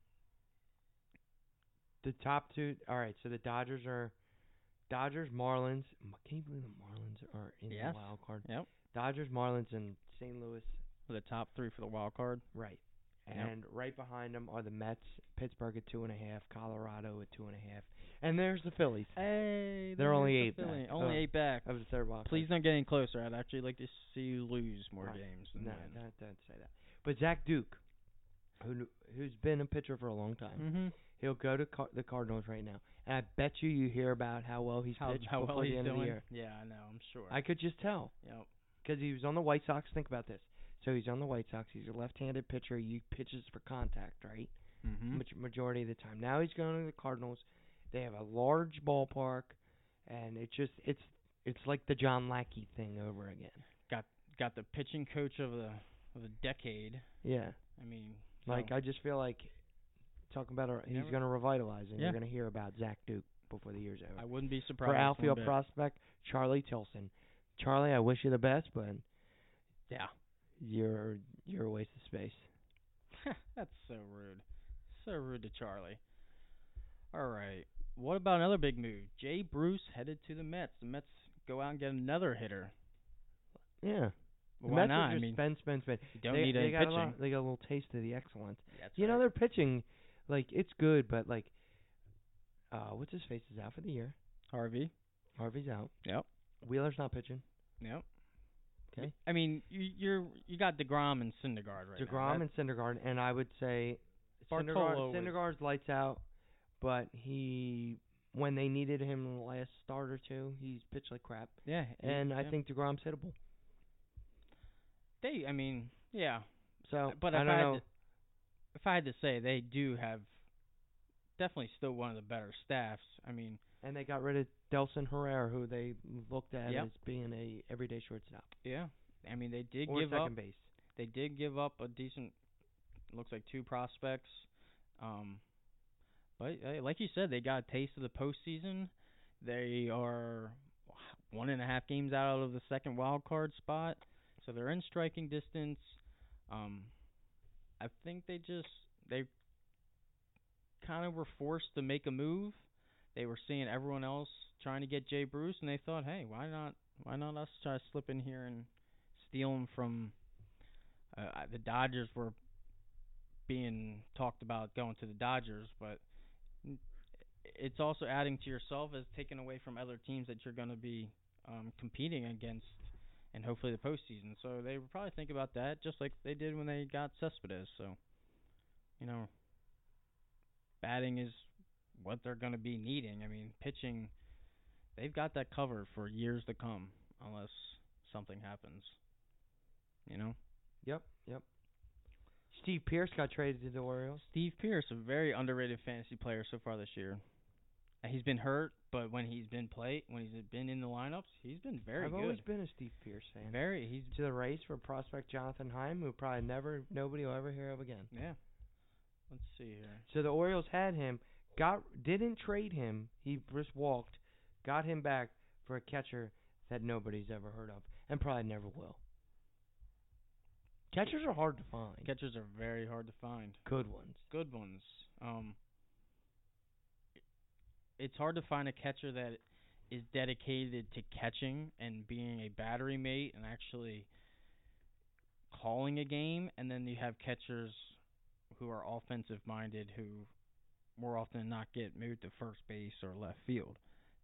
the top two. All right. So the Dodgers are Dodgers, Marlins. M- Can you believe the Marlins are in
Yes.
the wild card?
Yep.
Dodgers, Marlins, and St. Louis.
The top three for the wild card.
Right.
Yep.
And right behind them are the Mets, Pittsburgh at two and a half, Colorado at two and a half, and there's the Phillies
Hey,
They're Uh. only
there's
eight
the
back,
Philly- Only
so-
eight back.
of the third wild. card.
Please don't get any closer. I'd actually like to see you lose more
Right.
games. Than
No,
win.
don't, don't say that. But Zach Duke, who kn- who's been a pitcher for a long time,
Mhm.
he'll go to Car- the Cardinals right now, and I bet you you hear about how well he's
How,
pitched
how
before
well
the
he's
end of the
doing?
year.
Yeah, I know. I'm sure.
I could just tell
yep.
because he was on the White Sox. Think about this. So he's on the White Sox. He's a left-handed pitcher. He pitches for contact, right?
Mm-hmm.
Maj- majority of the time. Now he's going to the Cardinals. They have a large ballpark, and it just it's it's like the John Lackey thing over again.
Got the pitching coach of the of the decade.
Yeah.
I mean,
Like
so-
I just feel like talking about a, he's
never-
going to revitalize, and
Yeah.
you're going to hear about Zach Duke before the year's
I
over.
wouldn't be surprised.
For
one
outfield
bit.
prospect Charlie Tilson, Charlie, I wish you the best, but
Yeah.
you're you're a waste of space.
That's so rude. So rude to Charlie. All right. What about another big move? Jay Bruce headed to the Mets. The Mets go out and get another hitter.
Yeah, The
Why
Mets are
not? I
just
mean,
spend, spend, spend.
you don't
they,
need
they
any
got
pitching.
A lot, they got a little taste of the excellence.
That's
you know
right.
their pitching, like it's good, but like, uh, what's his face is out for the year.
Harvey.
Harvey's out.
Yep.
Wheeler's not pitching.
Yep.
Okay.
I mean, you, you're you got Degrom and Syndergaard right
Degrom
now.
and Syndergaard, and I would say
Bartolo
Syndergaard,
was-
Syndergaard's lights out, but he when they needed him in the last start or two, he's pitched like crap.
yeah,
And I
yeah.
think Degrom's hittable.
they. I mean, yeah.
So,
Uh, but
Oh, I
if
don't
I had
know.
to- if I had to say, they do have definitely still one of the better staffs. I mean,
And they got rid of Delson Herrera, who they looked at
Yep.
as being a everyday shortstop
yeah. I mean, they did
or
give
second
up
base.
they did give up a decent looks like two prospects. Um but uh, like you said, they got a taste of the postseason. They are one and a half games out of the second wild card spot. So they're in striking distance. Um I think they just they kind of were forced to make a move. They were seeing everyone else trying to get Jay Bruce and they thought, "Hey, why not why not us try to slip in here and steal him from uh, I- the Dodgers were being talked about going to the Dodgers, but n- it's also adding to yourself as taking away from other teams that you're going to be um, competing against, and hopefully the postseason. So they were probably think about that, just like they did when they got Cespedes. So, you know, batting is what they're going to be needing. I mean, pitching, they've got that covered for years to come, unless something happens. You know.
Yep, yep. Steve Pierce got traded to the Orioles.
Steve Pierce, a very underrated fantasy player so far this year. Uh, He's been hurt, but when he's been played, when he's been in the lineups, he's been very
I've always
good.
been a Steve Pierce fan.
Very, he's
to the race for prospect Jonathan Heim, who probably never nobody will ever hear of again.
yeah. Let's see here.
So the Orioles had him, got didn't trade him. He just walked, got him back for a catcher that nobody's ever heard of and probably never will. Catchers are hard to find.
Catchers are very hard to find.
Good ones.
Good ones. Um, it's hard to find a catcher that is dedicated to catching and being a battery mate and actually calling a game, and then you have catchers who are offensive minded who more often than not get moved to first base or left field.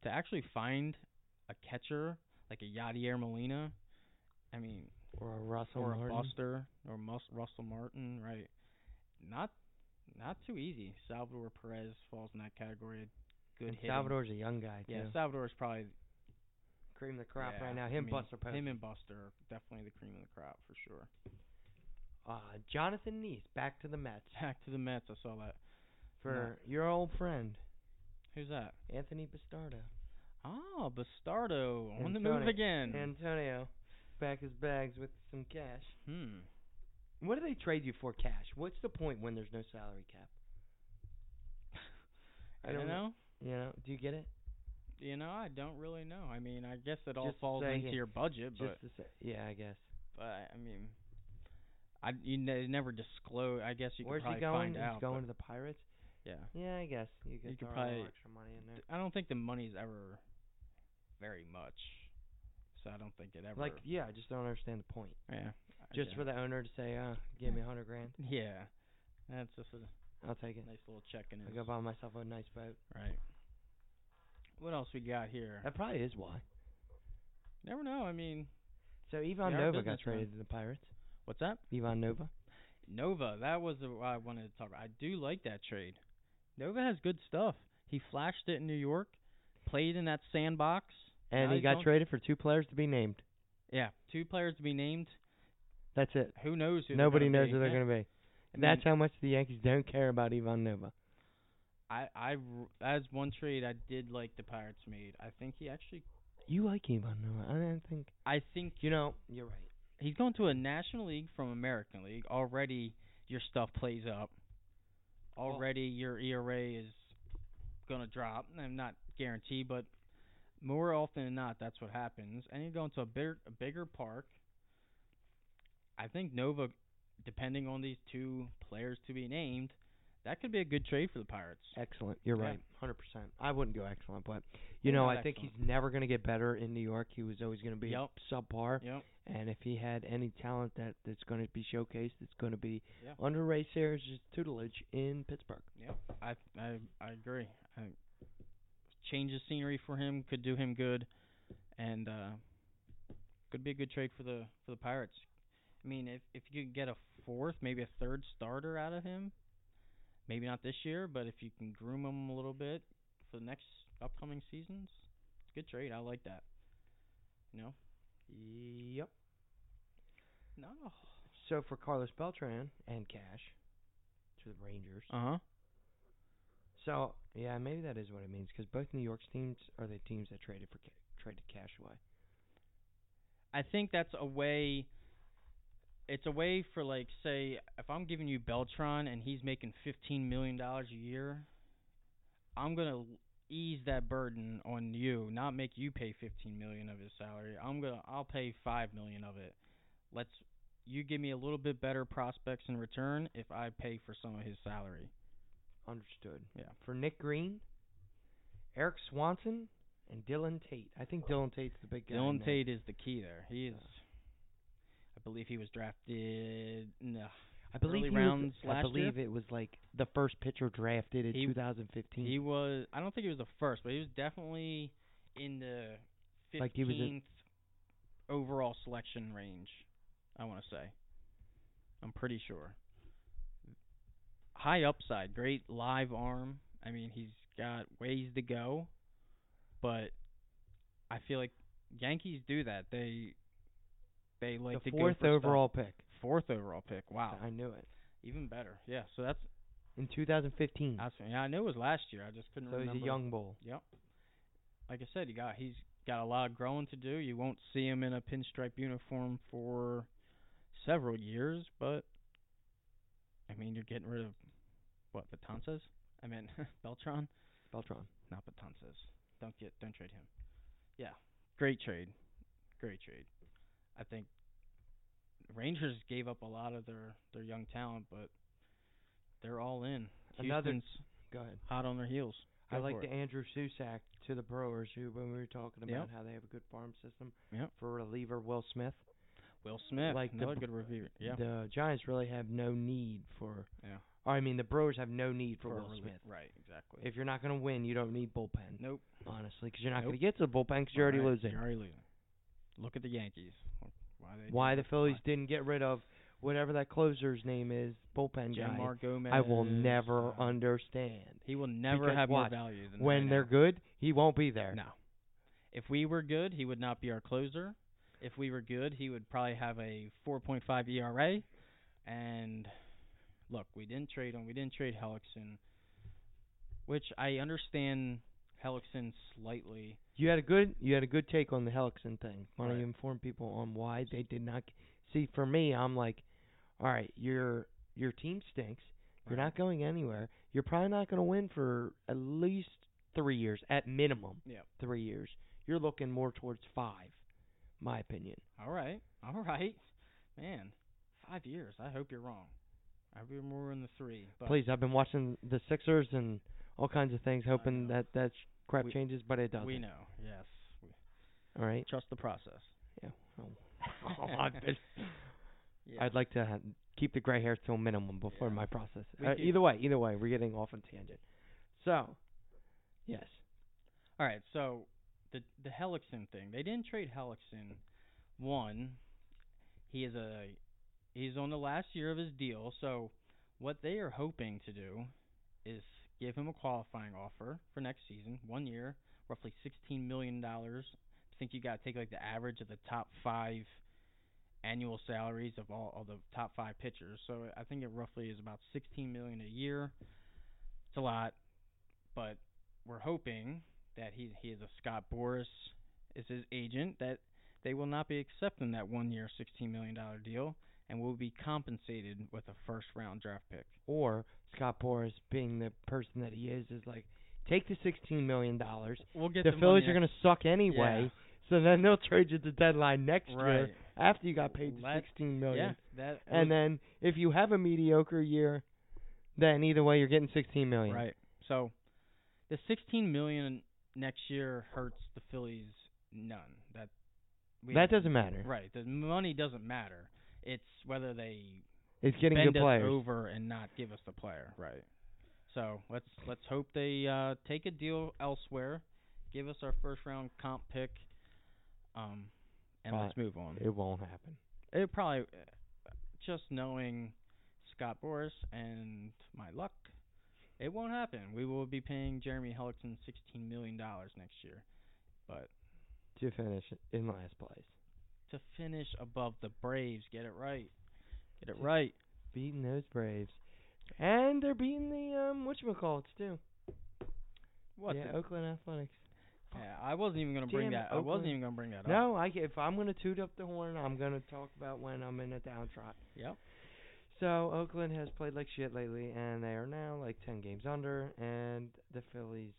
To actually find a catcher like a Yadier Molina, I mean,
Or a Russell
or
Martin.
a Buster or Mus- Russell Martin, right? Not not too easy. Salvador Perez falls in that category. Good
And
hit.
Salvador's a young guy too.
Yeah, Salvador's probably
Cream the crop
yeah,
right now.
I
Him,
mean,
Buster Posey.
Him and Buster are definitely the cream of the crop for sure.
uh, Jonathan Neese back to the Mets
Back to the Mets. I saw that.
for your old friend
Who's that?
Anthony Bastardo.
Oh, Bastardo on the
Antonio-
move again.
Antonio back his bags with some cash.
hmm.
What do they trade you for cash? What's the point when there's no salary cap?
I don't know.
You know, do you get it?
You know, I don't really know. I mean, I guess it all
Just
falls
say
into
it.
your budget,
Just
but
to say, yeah, I guess.
but I mean, I you ne- never disclose. I guess you
Where's
could
he
probably
going?
find
He's
out. but
going to the Pirates.
yeah,
Yeah, I guess you could,
could
throw a
probably-
little extra money in there.
I don't think the money's ever very much, so I don't think it ever.
Like, yeah, I just don't understand the point.
yeah, I
Just for
guess.
the owner to say, uh, give me a hundred grand,
Yeah, that's just a
I'll take it.
nice little check in.
I
his-
go buy myself a nice boat.
Right. What else we got here?
That probably is why.
Never know. I mean,
So Ivan
They are
Nova got
businessmen.
traded to the Pirates.
what's that?
Ivan Nova.
Nova, that was the- what I wanted to talk about. I do like that trade. Nova has good stuff. He flashed it in New York, played in that sandbox.
And
I
he got
don't-
traded for two players to be named.
Yeah, two players to be named.
That's it.
Who knows who?
Nobody
they're
knows who they're
going
going to be.
to.
That's how much the Yankees don't care about Ivan Nova.
I, I r- as one trade I did like the Pirates made. I think he actually.
You like Ivan Nova. I don't think.
I think
You know, you're right.
he's going to a National League from American League. Already your stuff plays up. Already your ERA is going to drop. I'm not guarantee, but more often than not, that's what happens. And you're going to a bigger, a bigger park. I think Nova, depending on these two players to be named, that could be a good trade for the Pirates.
Excellent. You're
Yeah.
right. 100%. I wouldn't go excellent, but you know,
not
I think he's
excellent.
never going to get better in New York. He was always going to be
Yep.
subpar.
Yep.
And if he had any talent that that's going to be showcased, it's going to be
Yeah.
under Ray Sears' tutelage in Pittsburgh.
Yeah, I I I agree. I, change of scenery for him could do him good, and uh, could be a good trade for the for the Pirates. I mean, if if you could get a fourth, maybe a third starter out of him, maybe not this year, but if you can groom him a little bit for the next upcoming seasons, it's a good trade. I like that. You know,
Yep.
no.
So for Carlos Beltran and Cash to the Rangers.
Uh huh.
So yeah, maybe that is what it means because both New York's teams are the teams that traded for ca- traded Cash away.
I think that's a way. It's a way for like, say, if I'm giving you Beltron and he's making fifteen million dollars a year, I'm gonna l- ease that burden on you, not make you pay fifteen million of his salary. I'm gonna, I'll pay five million of it. Let's, you give me a little bit better prospects in return if I pay for some of his salary.
Understood.
Yeah.
For Nick Green, Eric Swanson, and Dylan Tate. I think Dylan Tate's the big guy. in
Dylan
there.
Tate is the key there. He is.
Yeah.
I believe he was drafted. No,
I believe
early
he was-
rounds
I
last year?
believe it was like the first pitcher drafted in
He-
2015.
He was. I don't think he was the first, but he was definitely in the
Like, he was a-
fifteenth overall selection range. I want to say. I'm pretty sure. High upside, great live arm. I mean, he's got ways to go, but I feel like Yankees do that. They they like
the
to go
fourth
for stuff.
overall pick.
fourth overall pick. Wow,
I knew it.
even better. Yeah, so that's
In 2015.
I, yeah, I knew it was last year. I just couldn't
Hmm. so he's
remember.
a young bull.
Yep. Like I said, you got he's got a lot of growing to do. You won't see him in a pinstripe uniform for several years, but I mean, you're getting rid of what Batanzas? I mean, Beltron,
Beltran.
not Batanzas. Don't get, don't trade him. Yeah, great trade, great trade. I think Rangers gave up a lot of their their young talent, but they're all in.
Another-
Houston's
Go ahead.
hot on their heels.
I
Go
like
for it.
the Andrew Susak to the Brewers, who when we were talking about
Yep.
how they have a good farm system
Yep.
for reliever Will Smith.
Will Smith,
like
like
the
another
b-
good reviewer. Yeah,
The Giants really have no need for.
yeah.
Or I mean, the Brewers have no need for,
a
Will
relie-
Smith.
right? Exactly.
If you're not going to win, you don't need bullpen,
nope,
honestly, because you're not going
Nope.
to get to the bullpen because you're already
Alright,
losing.
You're already losing. Look at the Yankees. Look Why they?
Why the
did that.
Phillies didn't get rid of whatever that closer's name is, bullpen guy,
Jamar Gomez.
I will never
uh,
understand.
he will never
because
have more
watch,
value than
When
right
they're
now.
good, he won't be there.
No. If we were good, he would not be our closer. If we were good, he would probably have a 4.5 ERA. E And look, we didn't trade him. We didn't trade Hellickson, which I understand Hellickson slightly.
You had a good you had a good take on the Hellickson thing. Why don't
Right.
you inform people on why they did not g- see? For me, I'm like, all right, your your team stinks. You're
Right.
not going anywhere. You're probably not going to win for at least three years at minimum.
Yep.
Three years. You're looking more towards five, my opinion.
All right. All right. Man, five years. I hope you're wrong. I'd be more in the three. But
Please, I've been watching the Sixers and all kinds of things, hoping
know.
that that sh- crap
We-
changes, but it doesn't.
we know. Yes. We
All right.
trust the process.
Yeah. Oh, well, I'd be-
Yeah.
I'd like to ha keep the gray hair to a minimum before
Yeah.
my process.
We
Uh,
do.
either way, either way, we're getting off on tangent. So, yes,
All right, so the the Hellickson thing. They didn't trade Hellickson. One, he is a he's on the last year of his deal. So what they are hoping to do is give him a qualifying offer for next season, one year, roughly sixteen million dollars. I think you got to take like the average of the top five annual salaries of all of the top five pitchers. So I think it roughly is about sixteen million a year. It's a lot, but we're hoping that he he is a Scott Boris is his agent that they will not be accepting that one year sixteen million dollar deal and will be compensated with a first round draft pick.
or Scott Boras, being the person that he is, is like, take the sixteen million dollars.
We'll get
The
the
Phillies
money
are going to suck anyway, so then they'll trade you at the deadline next
yeah,
year
right.
after you got paid the
Let-
sixteen million.
Yeah, that
And
was-
then if you have a mediocre year, then either way you're getting sixteen million.
right. So the sixteen million next year hurts the Phillies none. That we
That doesn't matter.
right. The money doesn't matter. It's whether they
It's getting
bend
good
us
players.
over and not give us the player. Right. So let's let's hope they uh, take a deal elsewhere, give us our first round comp pick, um, and
Uh,
let's move on.
It won't happen.
It probably uh, just knowing Scott Boris and my luck, it won't happen. We will be paying Jeremy Hellickson sixteen million dollars next year, but
To finish in last place,
to finish above the Braves, get it right, get it right.
beating those Braves, and they're beating the um whatchamacallits too.
What?
yeah,
the-
Oakland Athletics.
yeah, I wasn't even gonna bring
Damn
that. I
Oakland.
wasn't even gonna bring that up.
No, I ca- if I'm gonna toot up the horn, I'm gonna talk about when I'm in a down trot.
Yep.
So Oakland has played like shit lately, and they are now like ten games under, and the Phillies.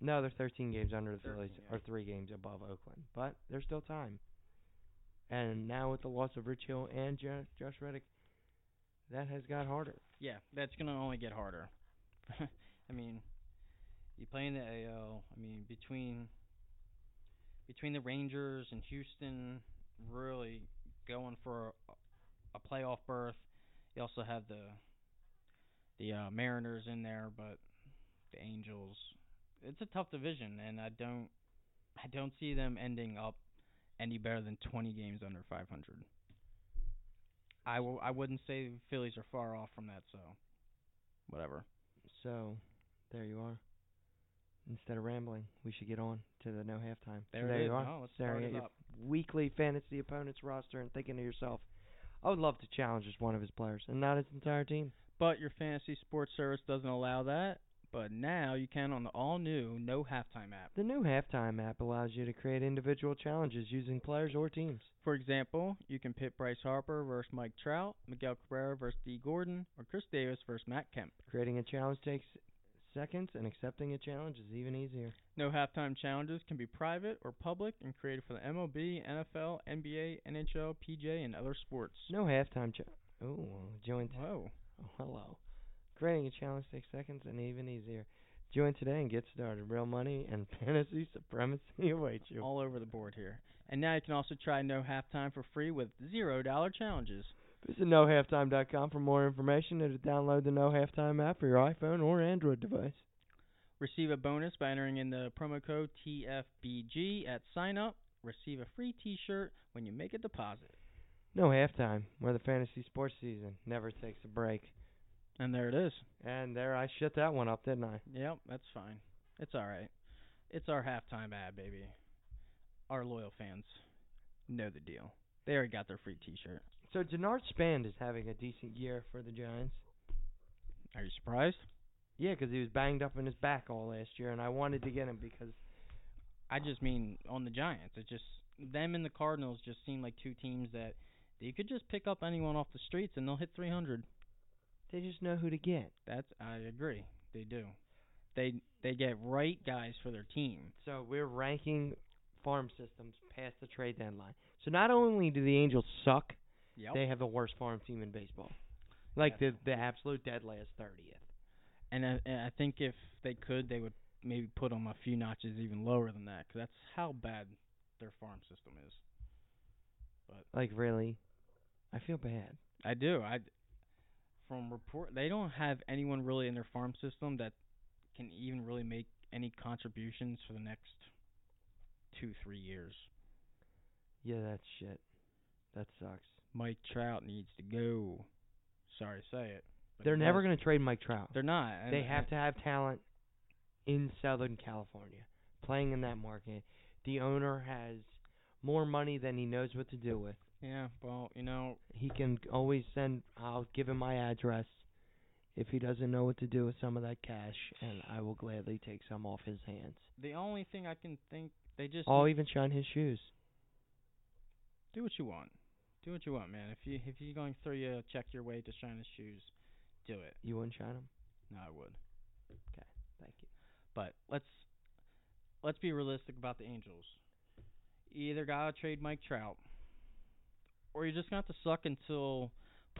No, they're 13 games under the
13,
Phillies,
yeah.
or three games above Oakland, but there's still time. And now with the loss of Rich Hill and Jo- Josh Reddick, that has got harder.
Yeah, that's gonna only get harder. I mean, you play in the AL. I mean, between between the Rangers and Houston, really going for a, a playoff berth. You also have the the uh, Mariners in there, but the Angels. It's a tough division, and I don't I don't see them ending up any better than 20 games under 500. I w- I wouldn't say the Phillies are far off from that, so whatever.
So, there you are. Instead of rambling, we should get on to the no halftime. So
There,
there
it is.
you are.
No, let's start
staring
it
at your
up.
weekly fantasy opponent's roster and thinking to yourself, I would love to challenge just one of his players and not his entire team.
But your fantasy sports service doesn't allow that. But now you can on the all new no halftime app.
The new halftime app allows you to create individual challenges using players or teams.
For example, you can pit Bryce Harper versus Mike Trout, Miguel Cabrera versus D Gordon, or Chris Davis versus Matt Kemp.
Creating a challenge takes seconds, and accepting a challenge is even easier.
No halftime challenges can be private or public and created for the MLB, NFL, NBA, NHL, PJ, and other sports.
No halftime challenge. Oh, join.
Whoa.
Oh, hello. Creating a challenge takes seconds and even easier. Join today and get started. Real money and fantasy supremacy awaits you.
all over the board here. And now you can also try No Halftime for free with zero dollar challenges.
Visit nohalftime.com for more information and to download the No Halftime app for your iPhone or Android device.
Receive a bonus by entering in the promo code TFBG at sign up. Receive a free T-shirt when you make a deposit.
No Halftime, where the fantasy sports season never takes a break.
And there it is.
And there, I shut that one up, didn't I?
Yep, that's fine. It's all right. It's our halftime ad, baby. Our loyal fans know the deal. They already got their free T-shirt.
So Denard Spand is having a decent year for the Giants.
Are you surprised?
Yeah, 'cause he was banged up in his back all last year, and I wanted to get him because
I just mean on the Giants. It just them and the Cardinals just seem like two teams that you could just pick up anyone off the streets and they'll hit 300.
they just know who to get.
That's I agree. They do. they they get right guys for their team.
So we're ranking farm systems past the trade deadline. So not only do the Angels suck,
Yep.
they have the worst farm team in baseball. Like the the absolute dead last thirtieth.
and I, and I think if they could, they would maybe put them a few notches even lower than that, 'cause that's how bad their farm system is.
Like really, I feel bad.
I do. I from report they don't have anyone really in their farm system that can even really make any contributions for the next two three years.
Yeah, that's shit. That sucks.
Mike Trout needs to go. Sorry to say it. but
They're
he
never
does.
going to trade Mike Trout.
They're not. and-
They have
and-
to have talent in Southern California, playing in that market. The owner has more money than he knows what to do with.
Yeah. Well, you know,
He can always send. I'll give him my address if he doesn't know what to do with some of that cash, and I will gladly take some off his hands.
the only thing I can think they just
I'll even shine his shoes.
do what you want. Do what you want, man. If you if you're going to throw your check your way to shine his shoes, do it.
You wouldn't shine him.
No, I would.
Thank you.
But let's let's be realistic about the Angels. You either gotta trade Mike Trout, or you're just gonna have to suck until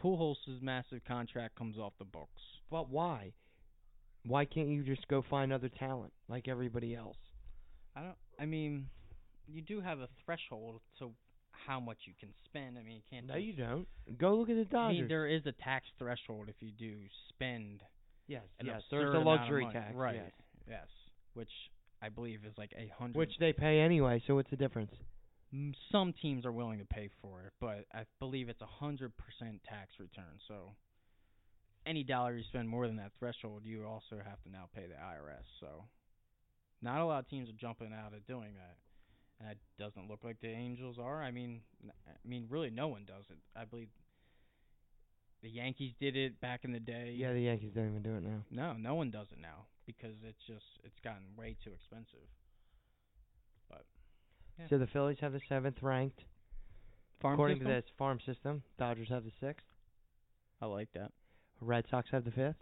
Pujols' massive contract comes off the books.
But why? Why can't you just go find other talent like everybody else?
I don't. I mean, you do have a threshold to how much you can spend. I mean, you can't.
No,
just-
you don't. Go look at the
I
Dodgers.
mean, there is a tax threshold if you do spend
yes,
an
yes.
absurd
There's a
amount of
luxury
money.
tax.
Right.
yes.
Yes. Which I believe is like a hundred.
Which they pay anyway, so what's the difference?
m- some teams are willing to pay for it, but I believe it's a hundred percent tax return. So any dollar you spend more than that threshold, you also have to now pay the IRS. So not a lot of teams are jumping out of doing that, and it doesn't look like the Angels are. I mean, n- I mean, really, no one does it. I believe the Yankees did it back in the day.
Yeah, the Yankees don't even do it now.
No, no one does it now because it's just it's gotten way too expensive. Yeah.
So the Phillies have the seventh ranked,
Farm
according
system?
to this farm system. Dodgers have the sixth.
I like that.
Red Sox have the fifth.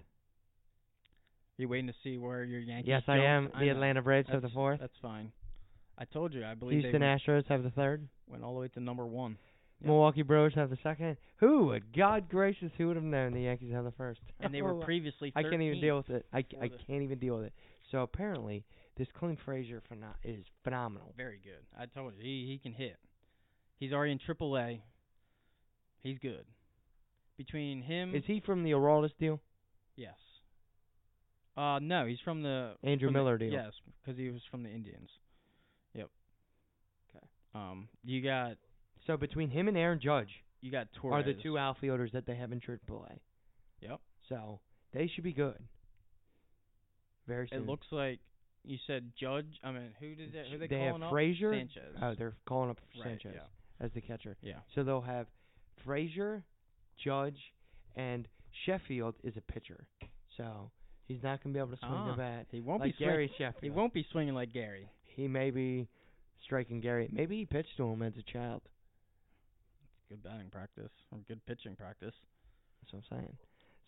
You waiting to see where your Yankees?
yes, I
jump?
am. The
know.
Atlanta Braves have the
That's-
fourth.
That's fine. I told you. I believe
Houston
they went,
Astros have the third.
went all the way to number one. Yeah.
Milwaukee Brewers have the second. Who would God gracious who would have known the Yankees have the first?
And they were previously.
I can't even
13th.
deal with it. I, c- I
before the-
can't even deal with it. So apparently this Clint Frazier pheno- is phenomenal.
Very good. I told you he he can hit. He's already in Triple A. He's good. Between him,
Is he from the Auraldis deal?
yes. Uh no, he's from the
Andrew
from the-
Miller deal.
Yes, because he was from the Indians. Yep.
'Kay.
Um, you got
So between him and Aaron Judge
you got Torres.
are the two outfielders that they have in Triple A.
Yep.
So they should be good. Very soon.
It looks like you said Judge. I mean, who did they, who they,
They have
calling up?
Frazier.
Sanchez.
Oh, they're calling up
Right,
Sanchez as the catcher.
Yeah. yeah.
So they'll have Frazier, Judge, and Sheffield is a pitcher. So he's not gonna be able to swing
Ah,
the bat.
He won't
like
be
Gary
Swing, he
Sheffield.
won't be swinging like Gary.
He may be striking Gary. Maybe he pitched to him as a child.
Good batting practice or good pitching practice.
That's what I'm saying.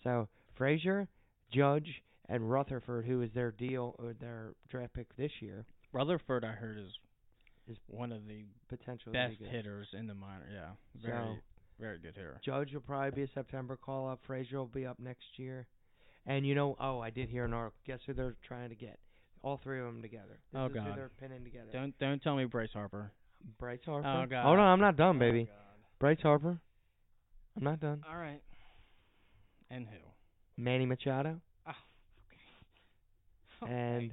So Frazier, Judge, and Rutherford, who is their deal or their draft pick this year,
Rutherford, I heard, is
Is
one of the
potentially
best
good.
hitters in the minor. Yeah, very
So-
very good hitter.
Judge will probably be a September call up. Frazier will be up next year. And you know, oh, I did hear an article. Guess who they're trying to get? All three of them together. This
Oh,
is who
God.
they're pinning together.
Don't don't tell me Bryce Harper.
Bryce Harper.
Oh, God.
Hold on, I'm not done,
Oh,
baby.
God.
Bryce Harper. I'm not done.
All right. And who?
Manny Machado
Oh,
and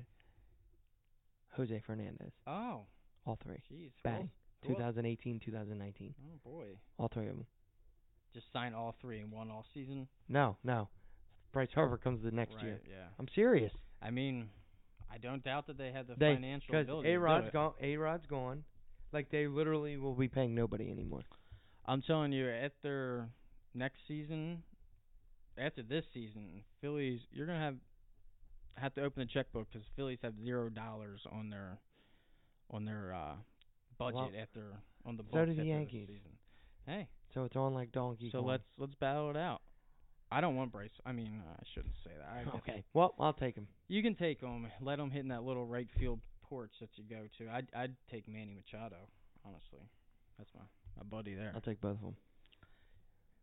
Jose Fernandez.
oh,
All three.
jeez, who
Bang.
else- who else?
2018, 2019.
Oh boy,
All three of them.
just sign all three in one all season.
No, no. Bryce Harper comes the next
right,
year.
Yeah.
I'm serious.
I mean, I don't doubt that they had the
They-
financial
Because
ability.
A Rod's
to do it.
gone. A Rod's gone. Like they literally will be paying nobody anymore.
I'm telling you, after next season, after this season, Phillies, you're gonna have have to open the checkbook because Phillies have zero dollars on their on their uh, budget
Well,
after on the
so
books
do the
after this
Yankees.
season. Hey,
So it's on like donkey.
so
corn.
let's let's battle it out. I don't want Bryce. I mean, I shouldn't say that. I guess
Okay. Well, I'll take him.
You can take him. Let him hit in that little right field porch that you go to. I'd I'd take Manny Machado, honestly. That's my my buddy there.
I'll take both of them.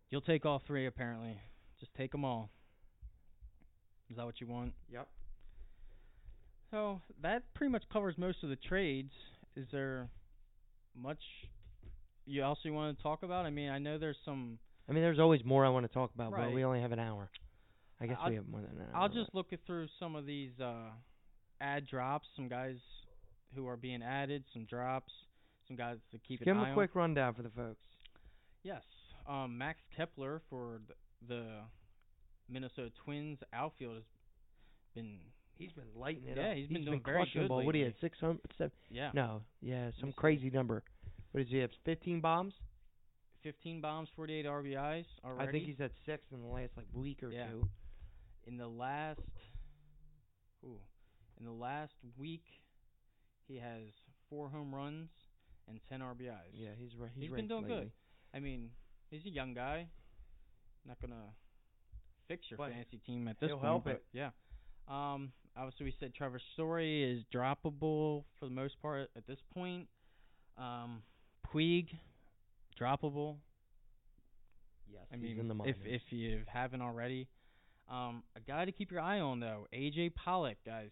You'll take all three apparently. Just take them all. Is that what you want?
Yep.
So that pretty much covers most of the trades. Is there much you else you want to talk about? I mean, I know there's some.
I mean, there's always more I want to talk about, but
Right.
we only have an hour. I guess
I'll-
we have more than an hour.
I'll
but-
just look it through some of these uh, ad drops. Some guys who are being added. Some drops. Some guys to keep
give them
an eye
a
on.
quick rundown for the folks.
Yes. Um, Max Kepler for th- the Minnesota Twins outfield has been
He's been lighting
it up. He's been very
crushing the
good
ball. What do you have?
lately.
Six hundred? Seven?
yeah
No. Yeah, some
see.
crazy number. What does he have? Fifteen bombs?
15 bombs, 48 RBIs already.
I think he's at six in the last like week or
Yeah.
two.
in the last ooh, in the last week he has four home runs and 10 RBIs.
Yeah, he's right.
He's been
raked
doing good.
lately.
I mean, he's a young guy. Not gonna fix your
But
fantasy team at this
he'll
point.
help
but
it.
Yeah. Um. Obviously, we said Trevor Story is droppable for the most part at this point. Um, Puig, droppable.
Yes,
I
he's
mean,
in the minors.
if if you haven't already, um, a guy to keep your eye on though, AJ Pollock, guys,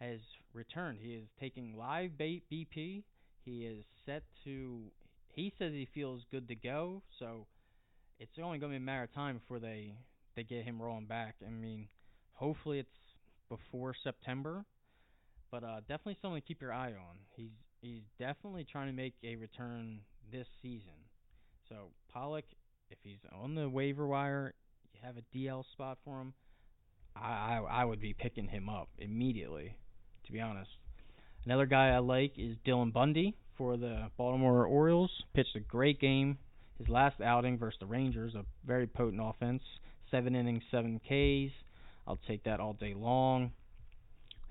has returned. He is taking live bait BP. He is set to. He says he feels good to go. So it's only going to be a matter of time before they they get him rolling back. I mean, hopefully it's before September, but uh, definitely someone to keep your eye on. He's he's definitely trying to make a return this season. So Pollock, if he's on the waiver wire, you have a DL spot for him. I I, I would be picking him up immediately, to be honest. Another guy I like is Dylan Bundy for the Baltimore Orioles. Pitched a great game. His last outing versus the Rangers, a very potent offense. Seven innings, seven Ks. I'll take that all day long.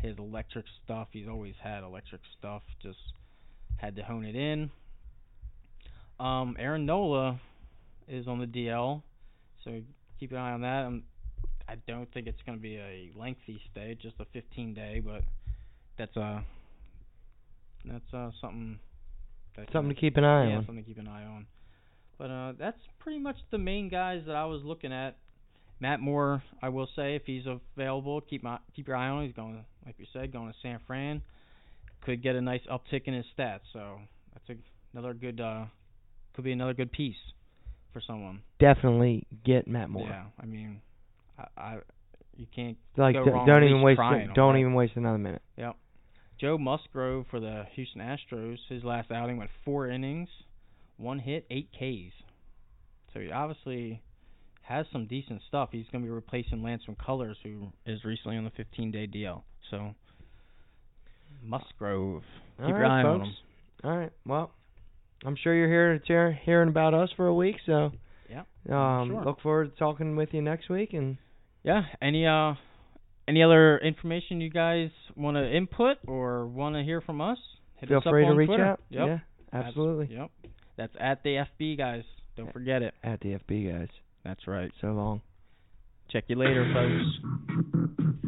His electric stuff, he's always had electric stuff. Just had to hone it in. Um, Aaron Nola is on the DL, so keep an eye on that. Um, I don't think it's going to be a lengthy stay, just a 15 day, but that's uh that's uh something that's
something to keep an eye
yeah,
on.
something to keep an eye on. But uh, that's pretty much the main guys that I was looking at. Matt Moore, I will say, if he's available, keep my keep your eye on. him. He's going, like you said, going to San Fran. Could get a nice uptick in his stats, so that's a, another good. Uh, could be another good piece for someone.
Definitely get Matt Moore.
Yeah, I mean, I, I you can't.
Like
go
d-
wrong,
don't
at
even
least
waste
trying on
don't
that.
even waste another minute.
Joe Musgrove for the Houston Astros, his last outing went four innings, one hit, eight Ks. So he obviously has some decent stuff. He's going to be replacing Lance McCullers, who is recently on the 15-day DL. So Musgrove, keep
All
your
right,
eye on
folks.
him.
All right. Well, I'm sure you're here to hear- hearing about us for a week, so
Yeah,
um
sure.
look forward to talking with you next week and
Yeah. Any uh, any other information you guys want to input or want to hear from us? Hit
feel
us up
free to
on
reach
Twitter.
out.
Yep.
Yeah.
Abs-
Absolutely.
Yep. That's at the FB guys. Don't forget it.
At the FB guys.
That's right.
So long.
Check you later, folks.